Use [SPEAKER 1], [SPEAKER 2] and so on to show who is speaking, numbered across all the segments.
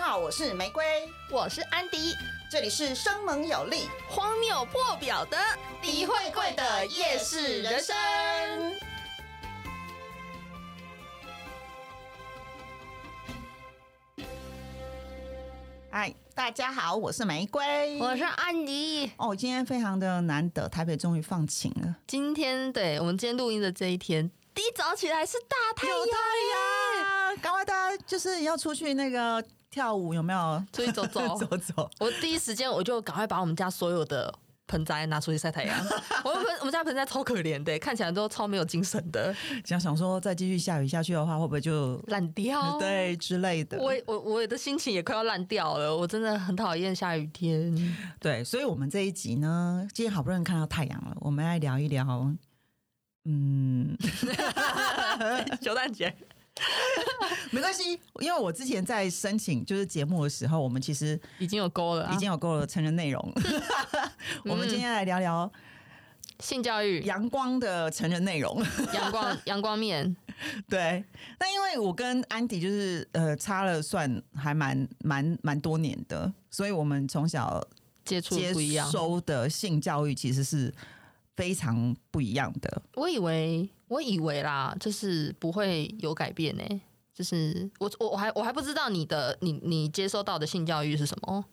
[SPEAKER 1] 好，我是玫瑰，
[SPEAKER 2] 我是安迪，
[SPEAKER 1] 这里是生猛有力、
[SPEAKER 2] 荒谬破表的
[SPEAKER 1] 李慧贵的夜市人生。哎，大家好，我是玫瑰，
[SPEAKER 2] 我是安迪。
[SPEAKER 1] 哦，今天非常的难得，台北终于放晴了。
[SPEAKER 2] 今天对我们今天录音的这一天，第一早起来是大太阳耶，
[SPEAKER 1] 啊，赶快大家就是要出去那个跳舞，有没有？
[SPEAKER 2] 出去走 走。
[SPEAKER 1] 走走。
[SPEAKER 2] 我第一时间我就赶快把我们家所有的盆栽拿出去晒太 阳。我们盆我们家盆栽超可怜的，看起来都超没有精神的，
[SPEAKER 1] 想想说，再继续下雨下去的话，会不会就
[SPEAKER 2] 烂 掉。
[SPEAKER 1] 对之类的？
[SPEAKER 2] 我我我的心情也快要烂掉了，我真的很讨厌下雨天。
[SPEAKER 1] 对，所以，我们这一集呢，今天好不容易看到太阳了，我们来聊一聊，嗯，
[SPEAKER 2] 九蛋姐，
[SPEAKER 1] 没关系，因为我之前在申请就是节目的时候，我们其实
[SPEAKER 2] 已经有沟了、啊，
[SPEAKER 1] 已经有够了成人内容了。
[SPEAKER 2] 啊
[SPEAKER 1] 我们今天来聊聊
[SPEAKER 2] 嗯性教育、
[SPEAKER 1] 阳光的成人内容。
[SPEAKER 2] 阳光阳光面，
[SPEAKER 1] 对，那因为我跟安迪就是呃差了算还蛮蛮蛮多年的，所以我们从小
[SPEAKER 2] 接触
[SPEAKER 1] 接
[SPEAKER 2] 不一样。
[SPEAKER 1] 收的性教育其实是非常不一样的。
[SPEAKER 2] 我以为我以为啦，就是不会有改变呢、就是我我我还我还不知道你的你你接收到的性教育是什么，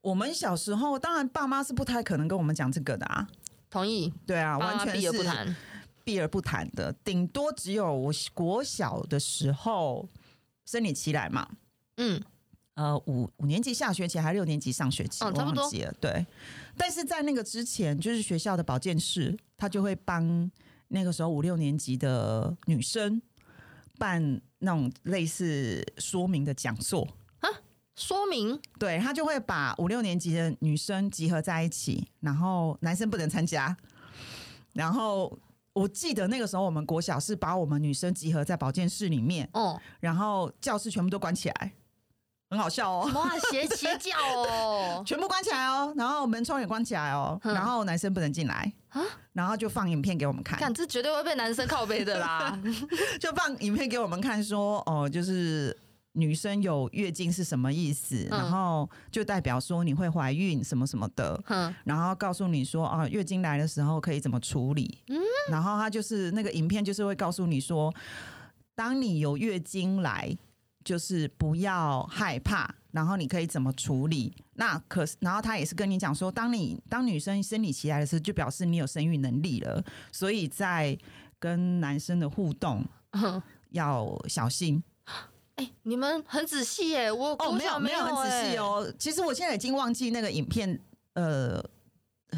[SPEAKER 1] 我们小时候当然爸妈是不太可能跟我们讲这个的啊，
[SPEAKER 2] 同意，
[SPEAKER 1] 对啊，
[SPEAKER 2] 爸妈
[SPEAKER 1] 完全
[SPEAKER 2] 避
[SPEAKER 1] 是
[SPEAKER 2] 而不谈。
[SPEAKER 1] 避而不谈的，顶多只有我国小的时候生理期来嘛，
[SPEAKER 2] 嗯，
[SPEAKER 1] 呃，五五年级下学期还是六年级上学期，
[SPEAKER 2] 嗯
[SPEAKER 1] 我
[SPEAKER 2] 差不多
[SPEAKER 1] 忘记了。对，但是在那个之前，就是学校的保健室，他就会帮那个时候五六年级的女生办那种类似说明的讲座。
[SPEAKER 2] 说明
[SPEAKER 1] 对他就会把五六年级的女生集合在一起，然后男生不能参加。然后我记得那个时候我们国小是把我们女生集合在保健室里面，
[SPEAKER 2] 哦，
[SPEAKER 1] 然后教室全部都关起来，很好笑哦。，
[SPEAKER 2] 哇，邪邪教哦
[SPEAKER 1] 全部关起来哦，然后门窗也关起来哦，
[SPEAKER 2] 嗯
[SPEAKER 1] 然后男生不能进来
[SPEAKER 2] 啊
[SPEAKER 1] 然后就放影片给我们看，
[SPEAKER 2] 看这绝对会被男生靠背 的啦。
[SPEAKER 1] 就放影片给我们看说，哦，就是女生有月经是什么意思，
[SPEAKER 2] 嗯
[SPEAKER 1] 然后就代表说你会怀孕什么什么的，
[SPEAKER 2] 哼，
[SPEAKER 1] 然后告诉你说啊，月经来的时候可以怎么处理，然后他就是那个影片就是会告诉你说，当你有月经来，就是不要害怕，然后你可以怎么处理。那可是，然后他也是跟你讲说，当你当女生生理期来的时候，就表示你有生育能力了，所以在跟男生的互动
[SPEAKER 2] 哼
[SPEAKER 1] 要小心。
[SPEAKER 2] 哎、你们很仔细耶，我
[SPEAKER 1] 哦，
[SPEAKER 2] 国
[SPEAKER 1] 没
[SPEAKER 2] 小
[SPEAKER 1] 有没有很仔细
[SPEAKER 2] 哎
[SPEAKER 1] 哦。其实我现在已经忘记那个影片，呃，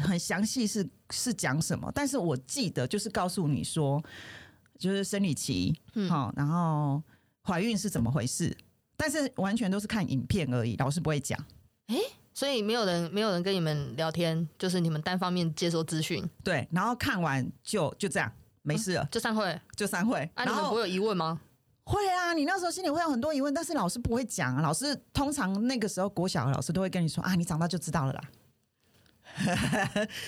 [SPEAKER 1] 很详细是是讲什么，但是我记得就是告诉你说，就是生理期，
[SPEAKER 2] 嗯
[SPEAKER 1] 好、然后怀孕是怎么回事，但是完全都是看影片而已，老师不会讲。
[SPEAKER 2] 所以没有人没有人跟你们聊天，就是你们单方面接收资讯，
[SPEAKER 1] 对，然后看完就就这样，没事了，
[SPEAKER 2] 就散会。
[SPEAKER 1] 就散会。
[SPEAKER 2] 啊，你
[SPEAKER 1] 然
[SPEAKER 2] 们不
[SPEAKER 1] 后
[SPEAKER 2] 会有疑问吗？
[SPEAKER 1] 会啊，你那时候心里会有很多疑问，但是老师不会讲啊。老师通常那个时候国小的老师都会跟你说啊，你长大就知道了啦。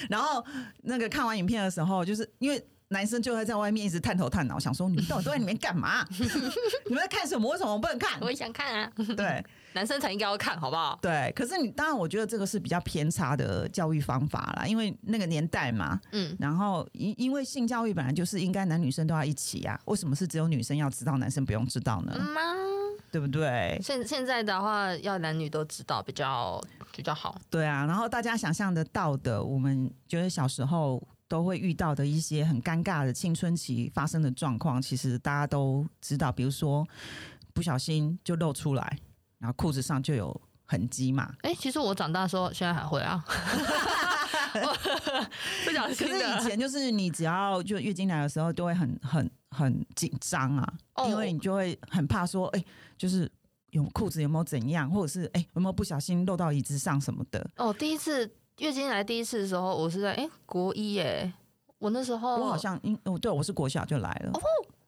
[SPEAKER 1] 然后那个看完影片的时候，就是因为。男生就会在外面一直探头探脑，想说你们到底都在里面干嘛？ 你们在看什么？为什么我不能 看？
[SPEAKER 2] 也想看啊，
[SPEAKER 1] 对
[SPEAKER 2] 男生才应该要看，好不好？
[SPEAKER 1] 对，可是你当然，我觉得这个是比较偏差的教育方法啦，因为那个年代嘛，
[SPEAKER 2] 嗯，
[SPEAKER 1] 然后因因为性教育本来就是应该男女生都要一起啊，为什么是只有女生要知道，男生不用知道呢？
[SPEAKER 2] 妈、
[SPEAKER 1] 对不对？
[SPEAKER 2] 现现在的话，要男女都知道比较比较好。
[SPEAKER 1] 对啊，然后大家想象得到的，我们觉得小时候都会遇到的一些很尴尬的青春期发生的状况，其实大家都知道，比如说不小心就露出来，然后裤子上就有痕迹 嘛。
[SPEAKER 2] 哎、其实我长大的时候，现在还会 啊，不小
[SPEAKER 1] 可
[SPEAKER 2] 心
[SPEAKER 1] 是以
[SPEAKER 2] 的。
[SPEAKER 1] 前就是你只要就月经来的时候，都会很很很紧张啊，
[SPEAKER 2] 哦
[SPEAKER 1] 因为你就会很怕说，哎、就是有裤子有没有怎样，或者是哎、有没有不小心漏到椅子上什么的。
[SPEAKER 2] 哦，第一次月经来第一次的时候，我是在哎、国一耶，我那时候
[SPEAKER 1] 我好像因哦，对我是国小就来了
[SPEAKER 2] 哦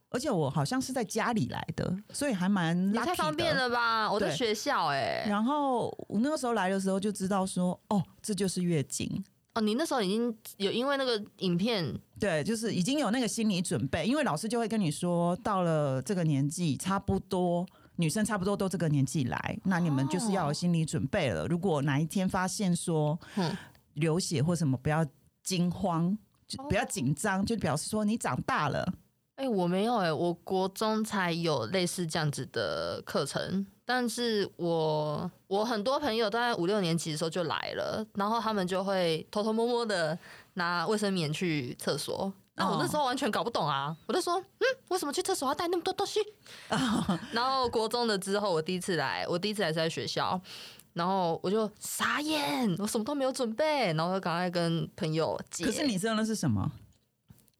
[SPEAKER 1] 而且我好像是在家里来的，所以还蛮
[SPEAKER 2] 你
[SPEAKER 1] lucky
[SPEAKER 2] 太方便
[SPEAKER 1] 的。
[SPEAKER 2] 了吧？我在
[SPEAKER 1] 对
[SPEAKER 2] 学校哎，
[SPEAKER 1] 然后我那个时候来的时候就知道说，哦，这就是月经。
[SPEAKER 2] 哦，你那时候已经有因为那个影片
[SPEAKER 1] 对，就是已经有那个心理准备，因为老师就会跟你说，到了这个年纪，差不多女生差不多都这个年纪来，那你们就是
[SPEAKER 2] 哦
[SPEAKER 1] 要有心理准备了。如果哪一天发现说
[SPEAKER 2] 嗯
[SPEAKER 1] 流血或什么，不要惊慌，就
[SPEAKER 2] 哦
[SPEAKER 1] 不要紧张，就表示说你长大了。
[SPEAKER 2] 哎、我没有哎、我国中才有类似这样子的课程，但是我我很多朋友大概五六年级的时候就来了，然后他们就会偷偷摸摸的拿卫生棉去厕所。那我那时
[SPEAKER 1] 哦
[SPEAKER 2] 候完全搞不懂啊，我就说，嗯，为什么去厕所要带那么多东西？
[SPEAKER 1] 哦
[SPEAKER 2] 然后国中的之后，我第一次来，我第一次来是在学校，然后我就傻眼，我什么都没有准备，然后就赶快跟朋友借。
[SPEAKER 1] 可是你知道那是什么？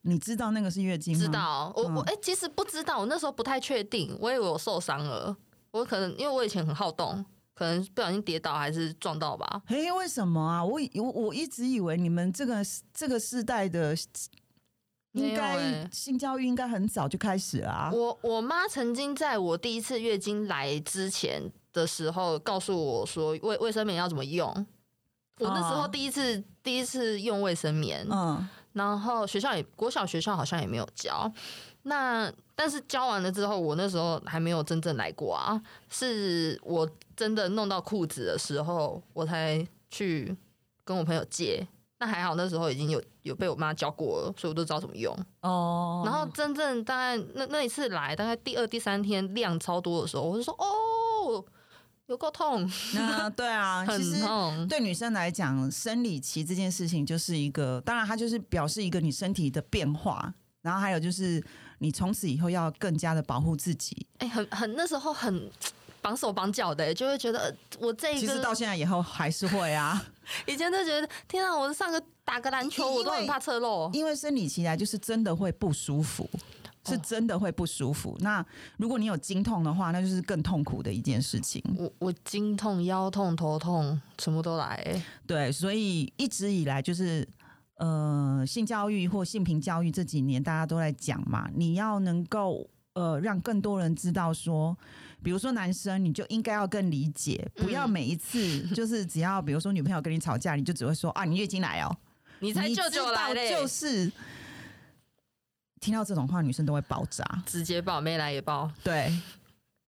[SPEAKER 1] 你知道那个是月经吗？
[SPEAKER 2] 知道，我我
[SPEAKER 1] 嗯
[SPEAKER 2] 哎、其实不知道，我那时候不太确定，我以为我受伤了，我可能因为我以前很好动，可能不小心跌倒还是撞到吧。
[SPEAKER 1] 哎、为什么啊？我以我我一直以为你们这个这个世代的
[SPEAKER 2] 没
[SPEAKER 1] 应
[SPEAKER 2] 有
[SPEAKER 1] 该
[SPEAKER 2] 欸
[SPEAKER 1] 性教育应该很早就开始了啊。
[SPEAKER 2] 我我妈曾经在我第一次月经来之前的时候告诉我说，卫卫生棉要怎么用。我那时候
[SPEAKER 1] 哦
[SPEAKER 2] 第一次、第一次用卫生棉，
[SPEAKER 1] 嗯，
[SPEAKER 2] 然后学校也国小学校好像也没有教。那但是教完了之后，我那时候还没有真正来过啊，是我真的弄到裤子的时候，我才去跟我朋友借。那还好，那时候已经有有被我妈教过了，所以我都知道怎么用。
[SPEAKER 1] 哦
[SPEAKER 2] 然后真正大概那那一次来，大概第二、第三天量超多的时候，我就说哦，有够痛，
[SPEAKER 1] 那对啊，其
[SPEAKER 2] 很
[SPEAKER 1] 实
[SPEAKER 2] 痛。
[SPEAKER 1] 对女生来讲，生理期这件事情就是一个，当然它就是表示一个你身体的变化，然后还有就是你从此以后要更加的保护自己。
[SPEAKER 2] 哎、很很那时候很绑手绑脚的、就会觉得呃我这一
[SPEAKER 1] 其
[SPEAKER 2] 个
[SPEAKER 1] 实到现在以后还是会啊，
[SPEAKER 2] 以前都觉得，天啊，我上个打个篮球，
[SPEAKER 1] 因为
[SPEAKER 2] 我都很怕侧漏。
[SPEAKER 1] 因为生理期来就是真的会不舒服。
[SPEAKER 2] 哦
[SPEAKER 1] 是真的会不舒服。那如果你有经痛的话，那就是更痛苦的一件事情。
[SPEAKER 2] 我我经痛、腰痛、头痛，什么都来、
[SPEAKER 1] 对，所以一直以来就是呃，性教育或性平教育这几年大家都在讲嘛，你要能够呃让更多人知道说，比如说男生你就应该要更理解，不要
[SPEAKER 2] 嗯
[SPEAKER 1] 每一次就是只要比如说女朋友跟你吵架，你就只会说啊你月经来哦，
[SPEAKER 2] 你
[SPEAKER 1] 你
[SPEAKER 2] 才舅
[SPEAKER 1] 知
[SPEAKER 2] 舅来
[SPEAKER 1] 道
[SPEAKER 2] 嘞，
[SPEAKER 1] 就是。听到这种话，女生都会爆炸。
[SPEAKER 2] 直接报，没来也报。
[SPEAKER 1] 对，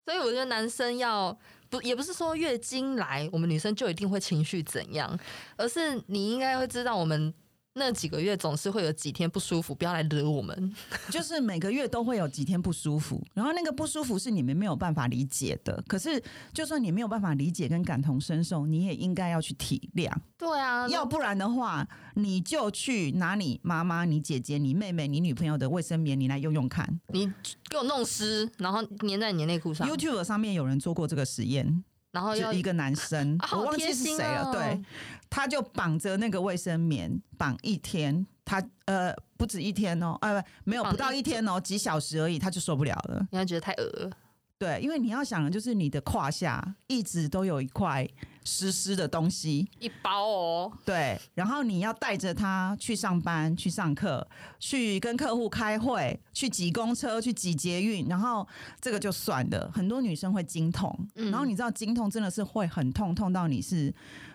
[SPEAKER 2] 所以我觉得男生要不也不是说月经来，我们女生就一定会情绪怎样，而是你应该会知道我们。那几个月总是会有几天不舒服，不要来惹我们。
[SPEAKER 1] 就是每个月都会有几天不舒服， 然后那个不舒服是你们没有办法理解的。可是，就算你没有办法理解跟感同身受，你也应该要去体谅，
[SPEAKER 2] 对啊，
[SPEAKER 1] 要不然的话，你就去拿你妈妈、你姐姐、你妹妹、你女朋友的卫生棉，你来用用看。
[SPEAKER 2] 你给我弄湿，然后粘在你的内裤上，
[SPEAKER 1] YouTube 上面有人做过这个实验，
[SPEAKER 2] 然后要
[SPEAKER 1] 就一个男生，
[SPEAKER 2] 啊
[SPEAKER 1] 我
[SPEAKER 2] 哦 好
[SPEAKER 1] 忘记
[SPEAKER 2] 贴
[SPEAKER 1] 是
[SPEAKER 2] 心
[SPEAKER 1] 谁了，
[SPEAKER 2] 哦
[SPEAKER 1] 对，他就绑着那个卫生棉绑一天，他呃不止一天哦，呃没有
[SPEAKER 2] 绑
[SPEAKER 1] 不到
[SPEAKER 2] 一
[SPEAKER 1] 一天哦，几小时而已，他就受不了了。
[SPEAKER 2] 你要觉得太恶了。
[SPEAKER 1] 对，因为你要想的就是你的胯下一直都有一块湿湿的东西，
[SPEAKER 2] 一包哦，
[SPEAKER 1] 对，然后你要带着它去上班、去上课、去跟客户开会、去挤公车、去挤捷运，然后这个就算了。很多女生会经痛，
[SPEAKER 2] 嗯
[SPEAKER 1] 然后你知道经痛真的是会很痛，痛到你是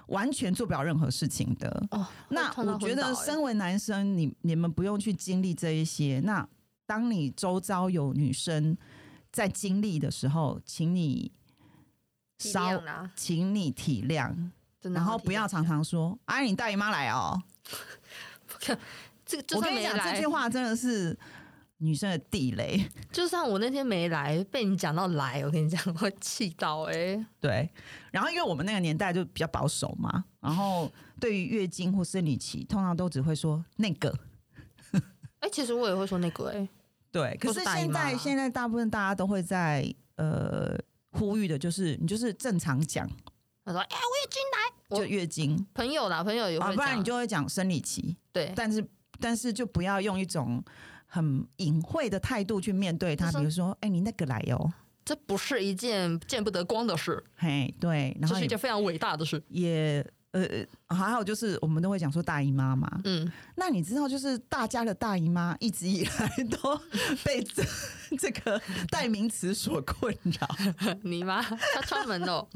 [SPEAKER 1] 完全做不了任何事情的。
[SPEAKER 2] 哦，
[SPEAKER 1] 那
[SPEAKER 2] 会痛到
[SPEAKER 1] 我觉
[SPEAKER 2] 昏倒
[SPEAKER 1] 得，
[SPEAKER 2] 欸
[SPEAKER 1] 身为男生，你你们不用去经历这一些。那当你周遭有女生在经历的时候，请你
[SPEAKER 2] 体
[SPEAKER 1] 稍
[SPEAKER 2] 谅，啦，
[SPEAKER 1] 请你体谅，
[SPEAKER 2] 真的
[SPEAKER 1] 然后
[SPEAKER 2] 体
[SPEAKER 1] 不要
[SPEAKER 2] 谅
[SPEAKER 1] 常常说“哎，你大姨妈来哦
[SPEAKER 2] 这个，”。就
[SPEAKER 1] 我跟
[SPEAKER 2] 算
[SPEAKER 1] 你
[SPEAKER 2] 没
[SPEAKER 1] 讲，这
[SPEAKER 2] 来
[SPEAKER 1] 句，话真的是女生的地 雷。
[SPEAKER 2] 就算我那天没来，被你讲到来，我跟你讲，我会气到哎、
[SPEAKER 1] 对，然后因为我们那个年代就比较保守嘛，然后对于月经或生理期，通常都只会说那个。
[SPEAKER 2] 哎、其实我也会说那个哎、
[SPEAKER 1] 对，可
[SPEAKER 2] 或
[SPEAKER 1] 是
[SPEAKER 2] 是大姨
[SPEAKER 1] 现在
[SPEAKER 2] 妈
[SPEAKER 1] 现在大部分大家都会在呃呼吁的，就是你就是正常讲，
[SPEAKER 2] 他说哎、我
[SPEAKER 1] 就月经
[SPEAKER 2] 朋友啦，朋友也
[SPEAKER 1] 啊，
[SPEAKER 2] 会
[SPEAKER 1] 不
[SPEAKER 2] 讲、哎
[SPEAKER 1] 然你就会讲生理期，
[SPEAKER 2] 对，
[SPEAKER 1] 但是但是就不要用一种很隐晦的态度去面对它，
[SPEAKER 2] 就说
[SPEAKER 1] 比如说，哎、你那个来哦，
[SPEAKER 2] 这不是一件见不得光的事，
[SPEAKER 1] 嘿，对，然后
[SPEAKER 2] 这是一
[SPEAKER 1] 也
[SPEAKER 2] 件非常伟大的事。
[SPEAKER 1] 也呃，还有就是我们都会讲说大姨妈嘛，
[SPEAKER 2] 嗯，
[SPEAKER 1] 那你知道，就是大家的大姨妈一直以来 都被这这个代名词所困扰。
[SPEAKER 2] 你妈她敲门哦，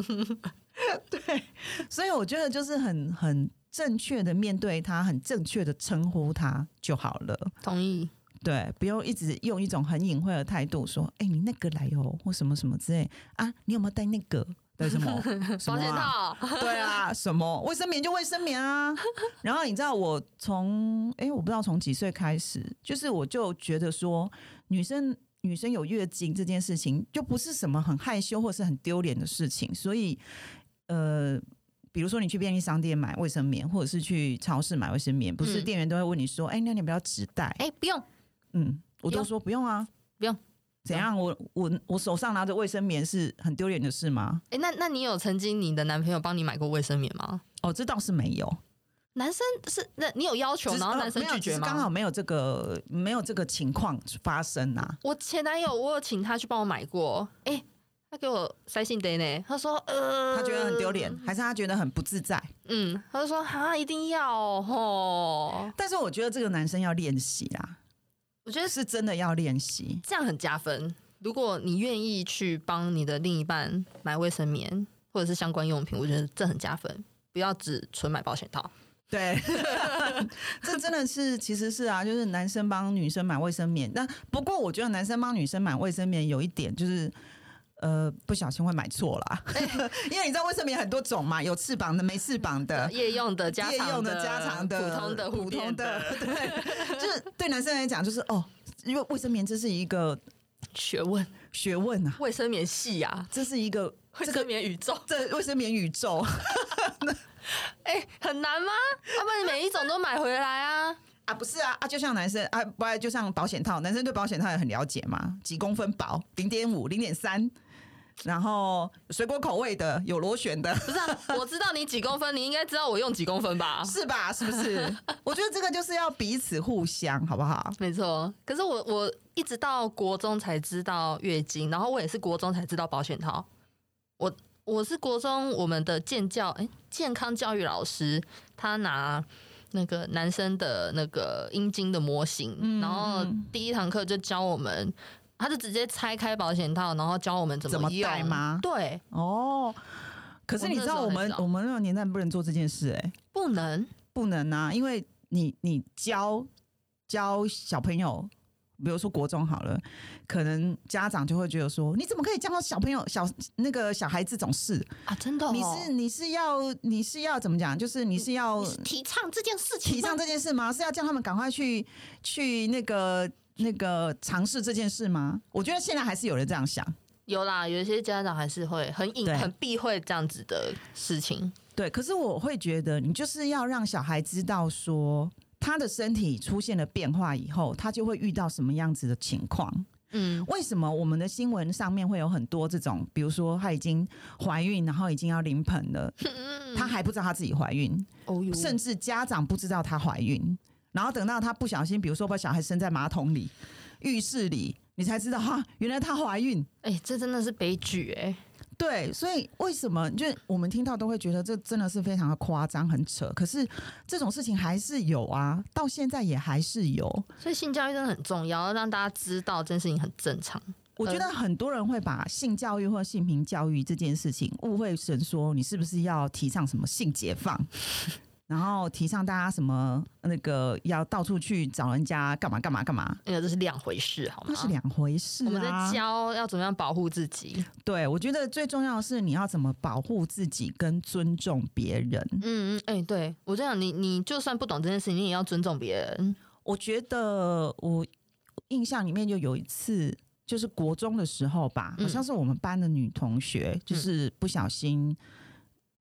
[SPEAKER 1] 所以我觉得就是很很正确的面对它，很正确的称呼它就好了。
[SPEAKER 2] 同意。
[SPEAKER 1] 对，不用一直用一种很隐晦的态度说，哎、你那个来哦，或什么什么之类啊，你有没有带那个？对什么什
[SPEAKER 2] 保
[SPEAKER 1] 么
[SPEAKER 2] 险
[SPEAKER 1] 啊？
[SPEAKER 2] 套，
[SPEAKER 1] 对啊，什么卫生棉就卫生棉啊。然后你知道我从哎、我不知道从几岁开始，就是我就觉得说，女生女生有月经这件事情，就不是什么很害羞或是很丢脸的事情，所以呃。比如说，你去便利商店买卫生棉，或者是去超市买卫生棉，不是
[SPEAKER 2] 嗯
[SPEAKER 1] 店员都会问你说：“哎、那你要不要纸袋
[SPEAKER 2] 哎、不用，？”
[SPEAKER 1] 嗯，我
[SPEAKER 2] 不
[SPEAKER 1] 都
[SPEAKER 2] 用
[SPEAKER 1] 说不用啊，
[SPEAKER 2] 不用。
[SPEAKER 1] 怎样？我我我手上拿着卫生棉是很丢脸的事吗？
[SPEAKER 2] 哎、那那你有曾经你的男朋友帮你买过卫生棉吗？
[SPEAKER 1] 哦，这倒是没有。
[SPEAKER 2] 男生是那你有要求，
[SPEAKER 1] 只是
[SPEAKER 2] 然后
[SPEAKER 1] 呃
[SPEAKER 2] 男生
[SPEAKER 1] 没有
[SPEAKER 2] 拒
[SPEAKER 1] 只
[SPEAKER 2] 绝
[SPEAKER 1] 是
[SPEAKER 2] 吗？
[SPEAKER 1] 刚好没有这个没有这个情况发生啊。
[SPEAKER 2] 我前男友，我有请他去帮我买过，哎、他给我塞信得呢，他说呃，
[SPEAKER 1] 他觉得很丢脸，，还是他觉得很不自在？
[SPEAKER 2] 嗯，他就说哈一定要哦吼，
[SPEAKER 1] 但是我觉得这个男生要练习啦，
[SPEAKER 2] 我觉得
[SPEAKER 1] 是真的要练习。
[SPEAKER 2] 这样很加分。如果你愿意去帮你的另一半买卫生棉或者是相关用品，我觉得这很加分。不要只纯买保险套，
[SPEAKER 1] 对，这真的是其实是啊，就是男生帮女生买卫生棉。但不过我觉得男生帮女生买卫生棉有一点就是。呃，不小心会买错啦，
[SPEAKER 2] 哎
[SPEAKER 1] 因为你知道卫生棉很多种嘛，有翅膀的，没翅膀的，
[SPEAKER 2] 夜用的、家
[SPEAKER 1] 呃夜
[SPEAKER 2] 常
[SPEAKER 1] 用的、家常的、
[SPEAKER 2] 普通的、
[SPEAKER 1] 普
[SPEAKER 2] 遍
[SPEAKER 1] 通的， 对， 就是对男生来讲，就是哦，因为卫生棉这是一个
[SPEAKER 2] 学问，
[SPEAKER 1] 学问啊，
[SPEAKER 2] 卫生棉系呀、
[SPEAKER 1] 这是一个
[SPEAKER 2] 卫生棉宇宙，
[SPEAKER 1] 这卫生棉宇宙，
[SPEAKER 2] 哎、很难吗？要不然你每一种都买回来啊。
[SPEAKER 1] 啊，不是啊啊，就像男生啊，不然就像保险套，男生对保险套也很了解嘛，几公分薄，零点五、零点三，然后水果口味的，有螺旋的，
[SPEAKER 2] 不是、啊， 我知道你几公分，你应该知道我用几公分吧？
[SPEAKER 1] 是吧？是不是？ 我觉得这个就是要彼此互相，好不好？
[SPEAKER 2] 没错，可是我我一直到国中才知道月经，然后我也是国中才知道保险套。我我是国中我们的健教哎、健康教育老师，他拿那个男生的那个阴茎的模型，
[SPEAKER 1] 嗯
[SPEAKER 2] 然后第一堂课就教我们，他就直接拆开保险套，然后教我们怎
[SPEAKER 1] 怎么
[SPEAKER 2] 用
[SPEAKER 1] 戴吗
[SPEAKER 2] 对，
[SPEAKER 1] 哦，可是
[SPEAKER 2] 我
[SPEAKER 1] 你
[SPEAKER 2] 那
[SPEAKER 1] 知
[SPEAKER 2] 时
[SPEAKER 1] 道
[SPEAKER 2] 候
[SPEAKER 1] 我
[SPEAKER 2] 很
[SPEAKER 1] 们
[SPEAKER 2] 早
[SPEAKER 1] 我们那个年代不能做这件事、哎。
[SPEAKER 2] 不能
[SPEAKER 1] 不能啊，因为你你教教小朋友，比如说国中好了，可能家长就会觉得说，你怎么可以教小朋友小那个小孩这种事？
[SPEAKER 2] 啊，真的、哦，
[SPEAKER 1] 你是你是要你是要怎么讲？就是你是要
[SPEAKER 2] 你是提倡这件事情吗，
[SPEAKER 1] 提倡这件事吗？是要叫他们赶快去去那个那个尝试这件事吗？我觉得现在还是有人这样想。
[SPEAKER 2] 有啦，有一些家长还是会很隐
[SPEAKER 1] 对、
[SPEAKER 2] 很避讳这样子的事情。
[SPEAKER 1] 对，可是我会觉得，你就是要让小孩知道说，他的身体出现了变化以后，他就会遇到什么样子的情况。
[SPEAKER 2] 嗯，
[SPEAKER 1] 为什么我们的新闻上面会有很多这种，比如说她已经怀孕，然后已经要临盆了，她还不知道她自己怀孕，
[SPEAKER 2] 哦哟，
[SPEAKER 1] 甚至家长不知道她怀孕，然后等到她不小心，比如说把小孩生在马桶里、浴室里，你才知道哈、原来她怀孕。
[SPEAKER 2] 哎、这真的是悲剧哎、
[SPEAKER 1] 对，所以为什么就是我们听到都会觉得这真的是非常的夸张、很扯？可是这种事情还是有啊，到现在也还是有。
[SPEAKER 2] 所以性教育真的很重要，要让大家知道这件事情很正常。
[SPEAKER 1] 我觉得
[SPEAKER 2] 嗯
[SPEAKER 1] 很多人会把性教育或性平教育这件事情误会成说你是不是要提倡什么性解放， 然后提倡大家什么那个要到处去找人家干嘛干嘛干嘛，
[SPEAKER 2] 哎呀，这是两回事好吗
[SPEAKER 1] 那？是两回事
[SPEAKER 2] 我们
[SPEAKER 1] 啊
[SPEAKER 2] 在。教要怎么样保护自己。
[SPEAKER 1] 对，我觉得最重要的是你要怎么保护自己跟尊重别人。
[SPEAKER 2] 嗯嗯，哎、对我这样，你你就算不懂这件事情，你也要尊重别人。
[SPEAKER 1] 我觉得我印象里面就有一次，就是国中的时候吧，
[SPEAKER 2] 嗯
[SPEAKER 1] 好像是我们班的女同学，就是不小心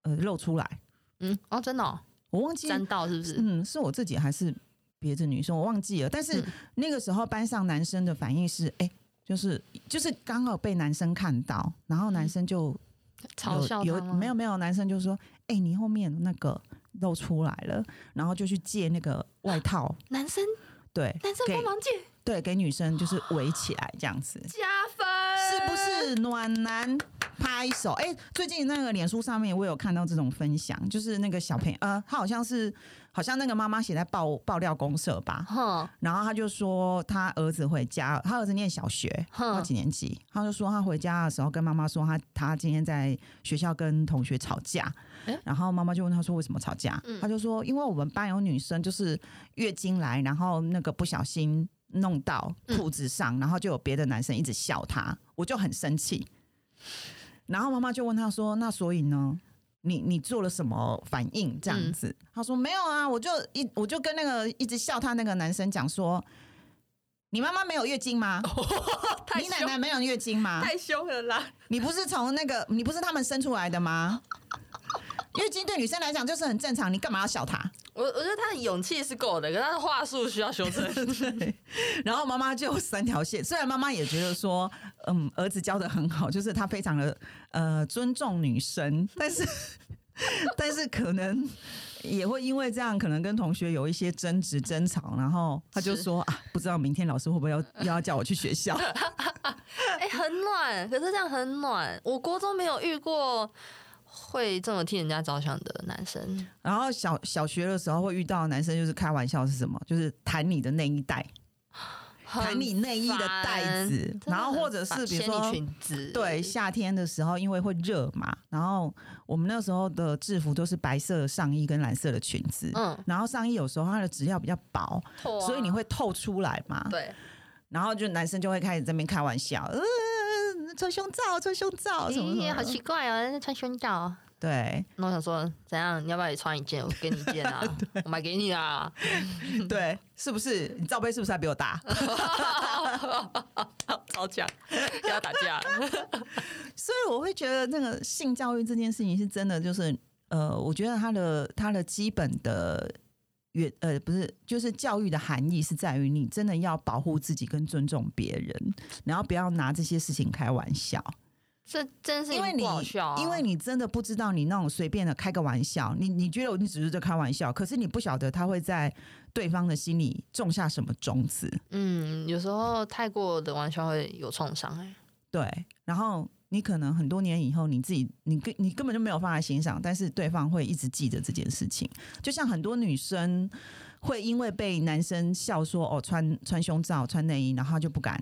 [SPEAKER 1] 呃露出来。
[SPEAKER 2] 嗯，哦，真的、哦、
[SPEAKER 1] 我忘记
[SPEAKER 2] 沾到是不是？
[SPEAKER 1] 嗯，是我自己还是别的女生，我忘记了。但是
[SPEAKER 2] 嗯
[SPEAKER 1] 那个时候班上男生的反应是，哎、就是就是刚好被男生看到，然后男生就
[SPEAKER 2] 嗯嘲笑
[SPEAKER 1] 有
[SPEAKER 2] 他
[SPEAKER 1] 有
[SPEAKER 2] 吗
[SPEAKER 1] 没有？没有，男生就说，哎、你后面那个露出来了，然后就去借那个外套，
[SPEAKER 2] 男生
[SPEAKER 1] 对
[SPEAKER 2] 男生
[SPEAKER 1] 给
[SPEAKER 2] 帮忙借
[SPEAKER 1] 对，给女生就是围起来这样子。
[SPEAKER 2] 加分，
[SPEAKER 1] 是不？是暖男拍手？哎、最近那个脸书上面我有看到这种分享，就是那个小朋友，呃，他好像是好像那个妈妈写在爆爆料公社吧，
[SPEAKER 2] 哼
[SPEAKER 1] 然后他就说他儿子回家，他儿子念小学，不知道
[SPEAKER 2] 哼
[SPEAKER 1] 几年级，他就说他回家的时候跟妈妈说他他今天在学校跟同学吵架，
[SPEAKER 2] 诶
[SPEAKER 1] 然后妈妈就问他说为什么吵架，
[SPEAKER 2] 嗯
[SPEAKER 1] 他就说因为我们班有女生就是月经来，然后那个不小心弄到
[SPEAKER 2] 嗯
[SPEAKER 1] 裤子上，然后就有别的男生一直笑他，我就很生气。然后妈妈就问他说：“那所以呢？你你做了什么反应？”这样
[SPEAKER 2] 嗯
[SPEAKER 1] 子，他说：“没有啊，我就一我就跟那个一直笑他那个男生讲说，你妈妈没有月经吗？
[SPEAKER 2] 哦太
[SPEAKER 1] 你奶
[SPEAKER 2] 凶
[SPEAKER 1] 奶没有月经吗？
[SPEAKER 2] 太凶了啦！
[SPEAKER 1] 你不是从那个，你不是他们生出来的吗？月经对女生来讲就是很正常，你干嘛要笑他？
[SPEAKER 2] 我我觉得他的勇气是够的，可是他的话术需要修正。
[SPEAKER 1] 然后妈妈就有三条线，虽然妈妈也觉得说，嗯，儿子教的很好，就是他非常的呃尊重女 生，但是 但是可能也会因为这样，可能跟同学有一些争执争吵，然后他就是说啊，不知道明天老师会不 会要又要叫我去学校？
[SPEAKER 2] 哎、很暖，可是这样很暖。我国中没有遇过会这么替人家着想的男生。
[SPEAKER 1] 然后小小学的时候会遇到的男生，就是开玩笑是什么？就是弹你的内衣带，弹
[SPEAKER 2] 很
[SPEAKER 1] 你内衣的带
[SPEAKER 2] 烦
[SPEAKER 1] 子
[SPEAKER 2] 真，的
[SPEAKER 1] 然后或
[SPEAKER 2] 很
[SPEAKER 1] 者是
[SPEAKER 2] 烦
[SPEAKER 1] 比如
[SPEAKER 2] 仙女
[SPEAKER 1] 说。
[SPEAKER 2] 裙子，
[SPEAKER 1] 对，夏天的时候因为会热嘛，然后我们那时候的制服都是白色的上衣跟蓝色的裙子，
[SPEAKER 2] 嗯，
[SPEAKER 1] 然后上衣有时候它的质料比较薄，
[SPEAKER 2] 透啊
[SPEAKER 1] 所以你会啊透出来嘛。
[SPEAKER 2] 对，
[SPEAKER 1] 然后就男生就会开始在那边开玩笑，呃，穿胸罩，穿胸罩哦什么
[SPEAKER 2] 咦，
[SPEAKER 1] 什
[SPEAKER 2] 哎好
[SPEAKER 1] 么的。
[SPEAKER 2] 奇怪哦，人家穿胸罩。
[SPEAKER 1] 对
[SPEAKER 2] 那我想说，怎样？你要不要也穿一件？我给你一件 啊，我买给你 啊。
[SPEAKER 1] 对，是不是？你罩杯是不是还比我大？
[SPEAKER 2] 超强，跟他打架。
[SPEAKER 1] 所以我会觉得那个性教育这件事情是真的，就是呃，我觉得它的它的基本的原呃不是，就是教育的含义是在于你真的要保护自己跟尊重别人，然后不要拿这些事情开玩笑，
[SPEAKER 2] 这真是
[SPEAKER 1] 因为你、
[SPEAKER 2] 不好笑、啊，
[SPEAKER 1] 因为你真的不知道你那种随便的开个玩笑，你你觉得你只是在开玩笑，可是你不晓得他会在对方的心里种下什么种子，
[SPEAKER 2] 嗯，有时候太过的玩笑会有创伤、哎，
[SPEAKER 1] 对，然后你可能很多年以后，你自己你根你根本就没有放在心上，但是对方会一直记着这件事情。就像很多女生会因为被男生笑说哦穿穿胸罩、穿内衣，然后她就不敢，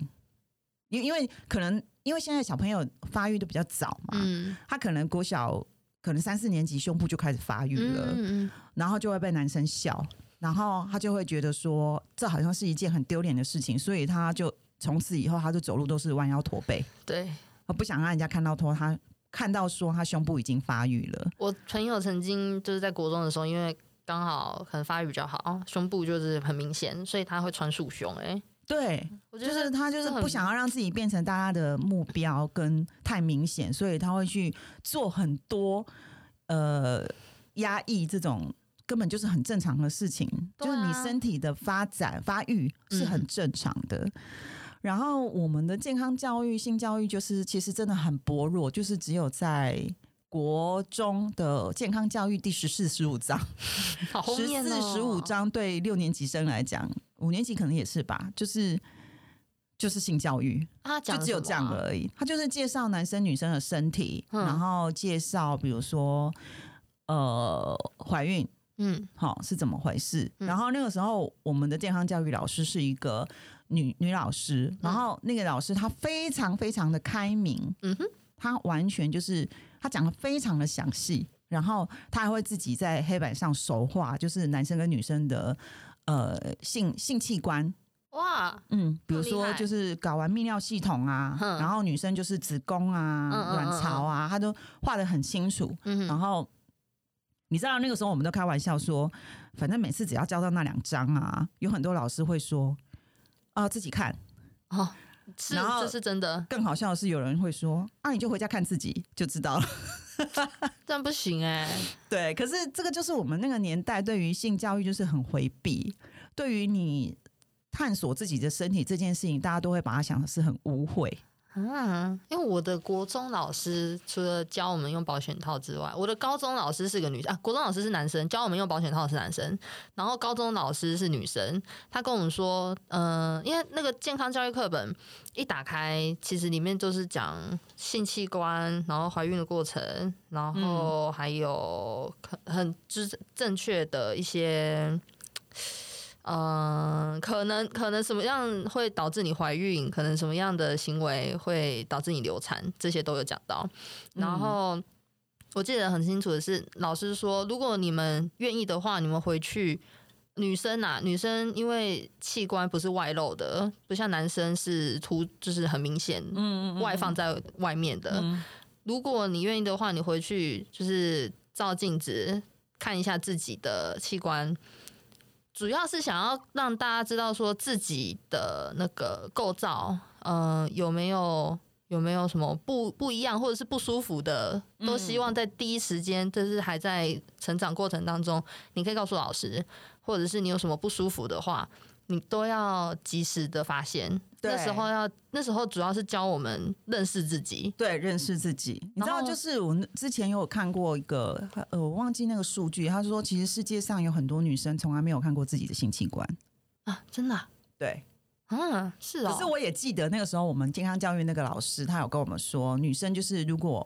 [SPEAKER 1] 因因为可能因为现在小朋友发育的比较早嘛，
[SPEAKER 2] 嗯
[SPEAKER 1] 他可能国小可能三四年级胸部就开始发育
[SPEAKER 2] 嗯
[SPEAKER 1] 了，
[SPEAKER 2] 嗯
[SPEAKER 1] 然后就会被男生笑，然后他就会觉得说这好像是一件很丢脸的事情，所以他就从此以后他就走路都是弯腰驼背。
[SPEAKER 2] 嗯，对
[SPEAKER 1] 我不想让人家看到脱他看到说他胸部已经发育了，
[SPEAKER 2] 我朋友曾经就是在国中的时候，因为刚好可能发育比较好，哦胸部就是很明显，所以他会穿束胸、哎，
[SPEAKER 1] 对，
[SPEAKER 2] 我觉
[SPEAKER 1] 就
[SPEAKER 2] 得
[SPEAKER 1] 是他就是
[SPEAKER 2] 这很
[SPEAKER 1] 不想要让自己变成大家的目标跟太明显，所以他会去做很多呃压抑这种。根本就是很正常的事情，
[SPEAKER 2] 对
[SPEAKER 1] 就
[SPEAKER 2] 啊嗯
[SPEAKER 1] 是你身体的发展发育是很正常的。然后我们的健康教育、性教育就是其实真的很薄弱，就是只有在国中的健康教育第十四、十五章。
[SPEAKER 2] 好后
[SPEAKER 1] 十
[SPEAKER 2] 面
[SPEAKER 1] 四、
[SPEAKER 2] 哦
[SPEAKER 1] 十五章对六年级生来讲，五年级可能也是吧，就是就是性教育，
[SPEAKER 2] 啊，
[SPEAKER 1] 就
[SPEAKER 2] 讲
[SPEAKER 1] 只有
[SPEAKER 2] 什么
[SPEAKER 1] 这样
[SPEAKER 2] 啊，
[SPEAKER 1] 而已。他就是介绍男生女生的身体，
[SPEAKER 2] 嗯
[SPEAKER 1] 然后介绍比如说呃怀孕。
[SPEAKER 2] 嗯
[SPEAKER 1] 好是怎么回事？
[SPEAKER 2] 嗯
[SPEAKER 1] 然后那个时候，我们的健康教育老师是一个女女老师，然后那个老师她非常非常的开明，
[SPEAKER 2] 嗯哼，
[SPEAKER 1] 她完全就是她讲的非常的详细，然后她还会自己在黑板上手画，就是男生跟女生的呃性性器官，
[SPEAKER 2] 哇，
[SPEAKER 1] 嗯，比如
[SPEAKER 2] 这么厉
[SPEAKER 1] 说
[SPEAKER 2] 害
[SPEAKER 1] 就是睾丸泌尿系统啊，
[SPEAKER 2] 嗯
[SPEAKER 1] 然后女生就是子宫啊、
[SPEAKER 2] 嗯嗯嗯
[SPEAKER 1] 卵巢啊，她都画的很清楚，
[SPEAKER 2] 嗯
[SPEAKER 1] 然
[SPEAKER 2] 哼，
[SPEAKER 1] 后你知道那个时候我们都开玩笑说，反正每次只要交到那两张啊，有很多老师会说啊自己看，
[SPEAKER 2] 哦，是
[SPEAKER 1] 然后
[SPEAKER 2] 这是真的，
[SPEAKER 1] 更好笑的是有人会说啊你就回家看自己就知道了。
[SPEAKER 2] 这样不行哎、
[SPEAKER 1] 对，可是这个就是我们那个年代对于性教育就是很回避，对于你探索自己的身体这件事情，大家都会把它想的是很污秽。
[SPEAKER 2] 嗯，因为我的国中老师除了教我们用保险套之外，我的高中老师是个女生啊，国中老师是男生，教我们用保险套的是男生，然后高中老师是女生，她跟我们说，嗯、因为那个健康教育课本一打开，其实里面就是讲性器官，然后怀孕的过程，然后还有可很就是正确的一些。嗯，可能可能什么样会导致你怀孕，可能什么样的行为会导致你流产，这些都有讲到。
[SPEAKER 1] 嗯
[SPEAKER 2] 然后、我记得很清楚的是，老师说，如果你们愿意的话，你们回去女生啊，女生因为器官不是外露的，不像男生是突，就是很明显，
[SPEAKER 1] 嗯
[SPEAKER 2] 外放在外面的。
[SPEAKER 1] 嗯
[SPEAKER 2] 如果你愿意的话，你回去就是照镜子看一下自己的器官，主要是想要让大家知道说自己的那个构造，呃，有没有有没有什么不不一样或者是不舒服的，都希望在第一时间，就是还在成长过程当中，你可以告诉老师，或者是你有什么不舒服的话。你都要及时的发现，
[SPEAKER 1] 对
[SPEAKER 2] 那时候要那时候主要是教我们认识自己，
[SPEAKER 1] 对，认识自己。你知道，
[SPEAKER 2] 然后
[SPEAKER 1] 就是我那之前有看过一个，呃，我忘记那个数据，他说其实世界上有很多女生从来没有看过自己的性器官。
[SPEAKER 2] 啊，真的啊、
[SPEAKER 1] 对，
[SPEAKER 2] 嗯，是哦。
[SPEAKER 1] 可是我也记得那个时候我们健康教育那个老师，他有跟我们说，女生就是如果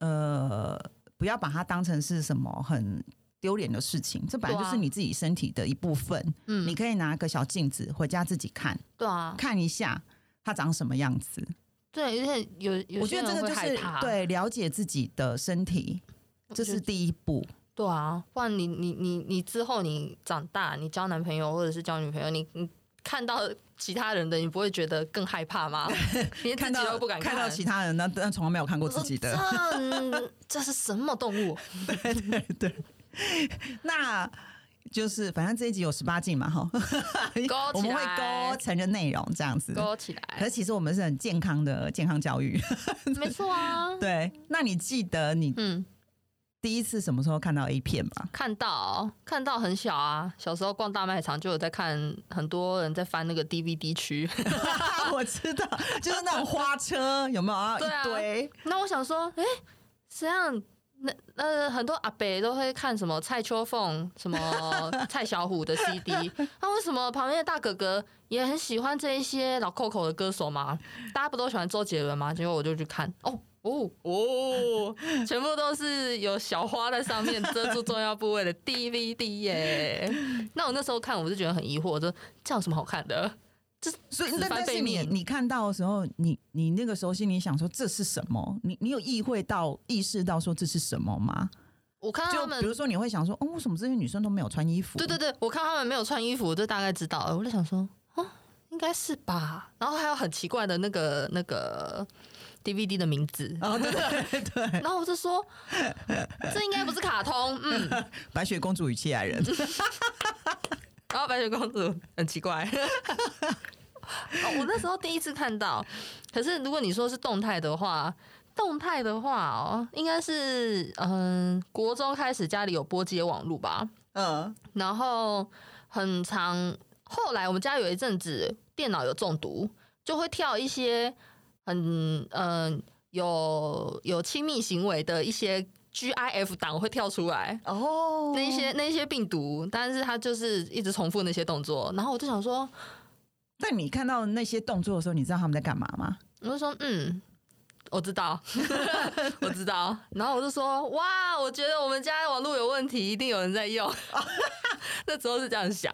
[SPEAKER 1] 呃不要把它当成是什么很丢脸的事情，这本来
[SPEAKER 2] 对
[SPEAKER 1] 就
[SPEAKER 2] 啊
[SPEAKER 1] 是你自己身体的一部分。你
[SPEAKER 2] 嗯，
[SPEAKER 1] 可以拿个小镜子回家自己看
[SPEAKER 2] 对啊，
[SPEAKER 1] 看一下。它长什么样子？
[SPEAKER 2] 对，而且有有
[SPEAKER 1] 我觉
[SPEAKER 2] 些
[SPEAKER 1] 得
[SPEAKER 2] 人
[SPEAKER 1] 这个
[SPEAKER 2] 会
[SPEAKER 1] 就
[SPEAKER 2] 害
[SPEAKER 1] 是
[SPEAKER 2] 怕，
[SPEAKER 1] 对了解自己的身体，这是第一步。
[SPEAKER 2] 对啊，不然你你你你之后你长大，你交男朋友或者是交女朋友，你你看到其他人的，你不会觉得更害怕 吗？连自
[SPEAKER 1] 看
[SPEAKER 2] 己
[SPEAKER 1] 到
[SPEAKER 2] 都不敢
[SPEAKER 1] 看到其他人，那但从来没有看过自己的。
[SPEAKER 2] 这这是什么动物？
[SPEAKER 1] 那就是反正这一集有十八禁嘛，哈， 我们会勾成人内容这样子。
[SPEAKER 2] 勾起
[SPEAKER 1] 可
[SPEAKER 2] 来，
[SPEAKER 1] 是其实我们是很健康的健康教 育。
[SPEAKER 2] 没错啊。
[SPEAKER 1] 对，那你记得你
[SPEAKER 2] 嗯，
[SPEAKER 1] 第一次什么时候看到 A 片吗？
[SPEAKER 2] 看到看到很小啊，小时候逛大卖场就有在看，很多人在翻那个 DVD 区。
[SPEAKER 1] 我知道，就是那种花车，有没有啊？
[SPEAKER 2] 对啊
[SPEAKER 1] 一堆，
[SPEAKER 2] 那我想说，哎、这样那呃很多阿伯都会看什么蔡秋凤、什么蔡小虎的 CD，那为什么旁边的大哥哥也很喜欢这一些老扣扣的歌手吗？大家不都喜欢周杰伦吗？结果我就去看，哦哦哦， 全部都是有小花在上面遮住重要部位的 DVD 耶。 那我那时候看，我就觉得很疑惑，我说这有什么好看的？
[SPEAKER 1] 所以
[SPEAKER 2] 死
[SPEAKER 1] 那
[SPEAKER 2] 翻
[SPEAKER 1] 但
[SPEAKER 2] 背
[SPEAKER 1] 是你
[SPEAKER 2] 面
[SPEAKER 1] 你看到的时候，你你那个时候心里想说这是什么？你你有意会到意识到说这是什么吗？
[SPEAKER 2] 我看到他
[SPEAKER 1] 就
[SPEAKER 2] 们
[SPEAKER 1] 比如说你会想说，哦，为什么这些女生都没有穿衣服？
[SPEAKER 2] 对对对，我看他们没有穿衣服，我就大概知道了。我就想说，哦，应该是吧。然后还有很奇怪的那个那个 DVD 的名字，
[SPEAKER 1] 哦，对对对，
[SPEAKER 2] 然后我就说，这应该不是卡通，嗯。
[SPEAKER 1] 白雪公主与七矮人，
[SPEAKER 2] 然后白雪公主很奇怪。 哦我那时候第一次看到，可是如果你说是动态的话，动态的话哦，应该是嗯，国中开始家里有波接网路吧，
[SPEAKER 1] 嗯，
[SPEAKER 2] 然后很长。后来我们家有一阵子电脑有中毒，就会跳一些很嗯、有有亲密行为的一些 GIF 档会跳出来，
[SPEAKER 1] 哦
[SPEAKER 2] 那一些那一些病毒，但是它就是一直重复那些动作，然后我就想说，
[SPEAKER 1] 但你看到那些动作的时候，你知道他们在干嘛吗？
[SPEAKER 2] 我就说嗯。我知道， 我知道。然后我就说，哇，我觉得我们家网络有问题，一定有人在用。 那时候是这样想，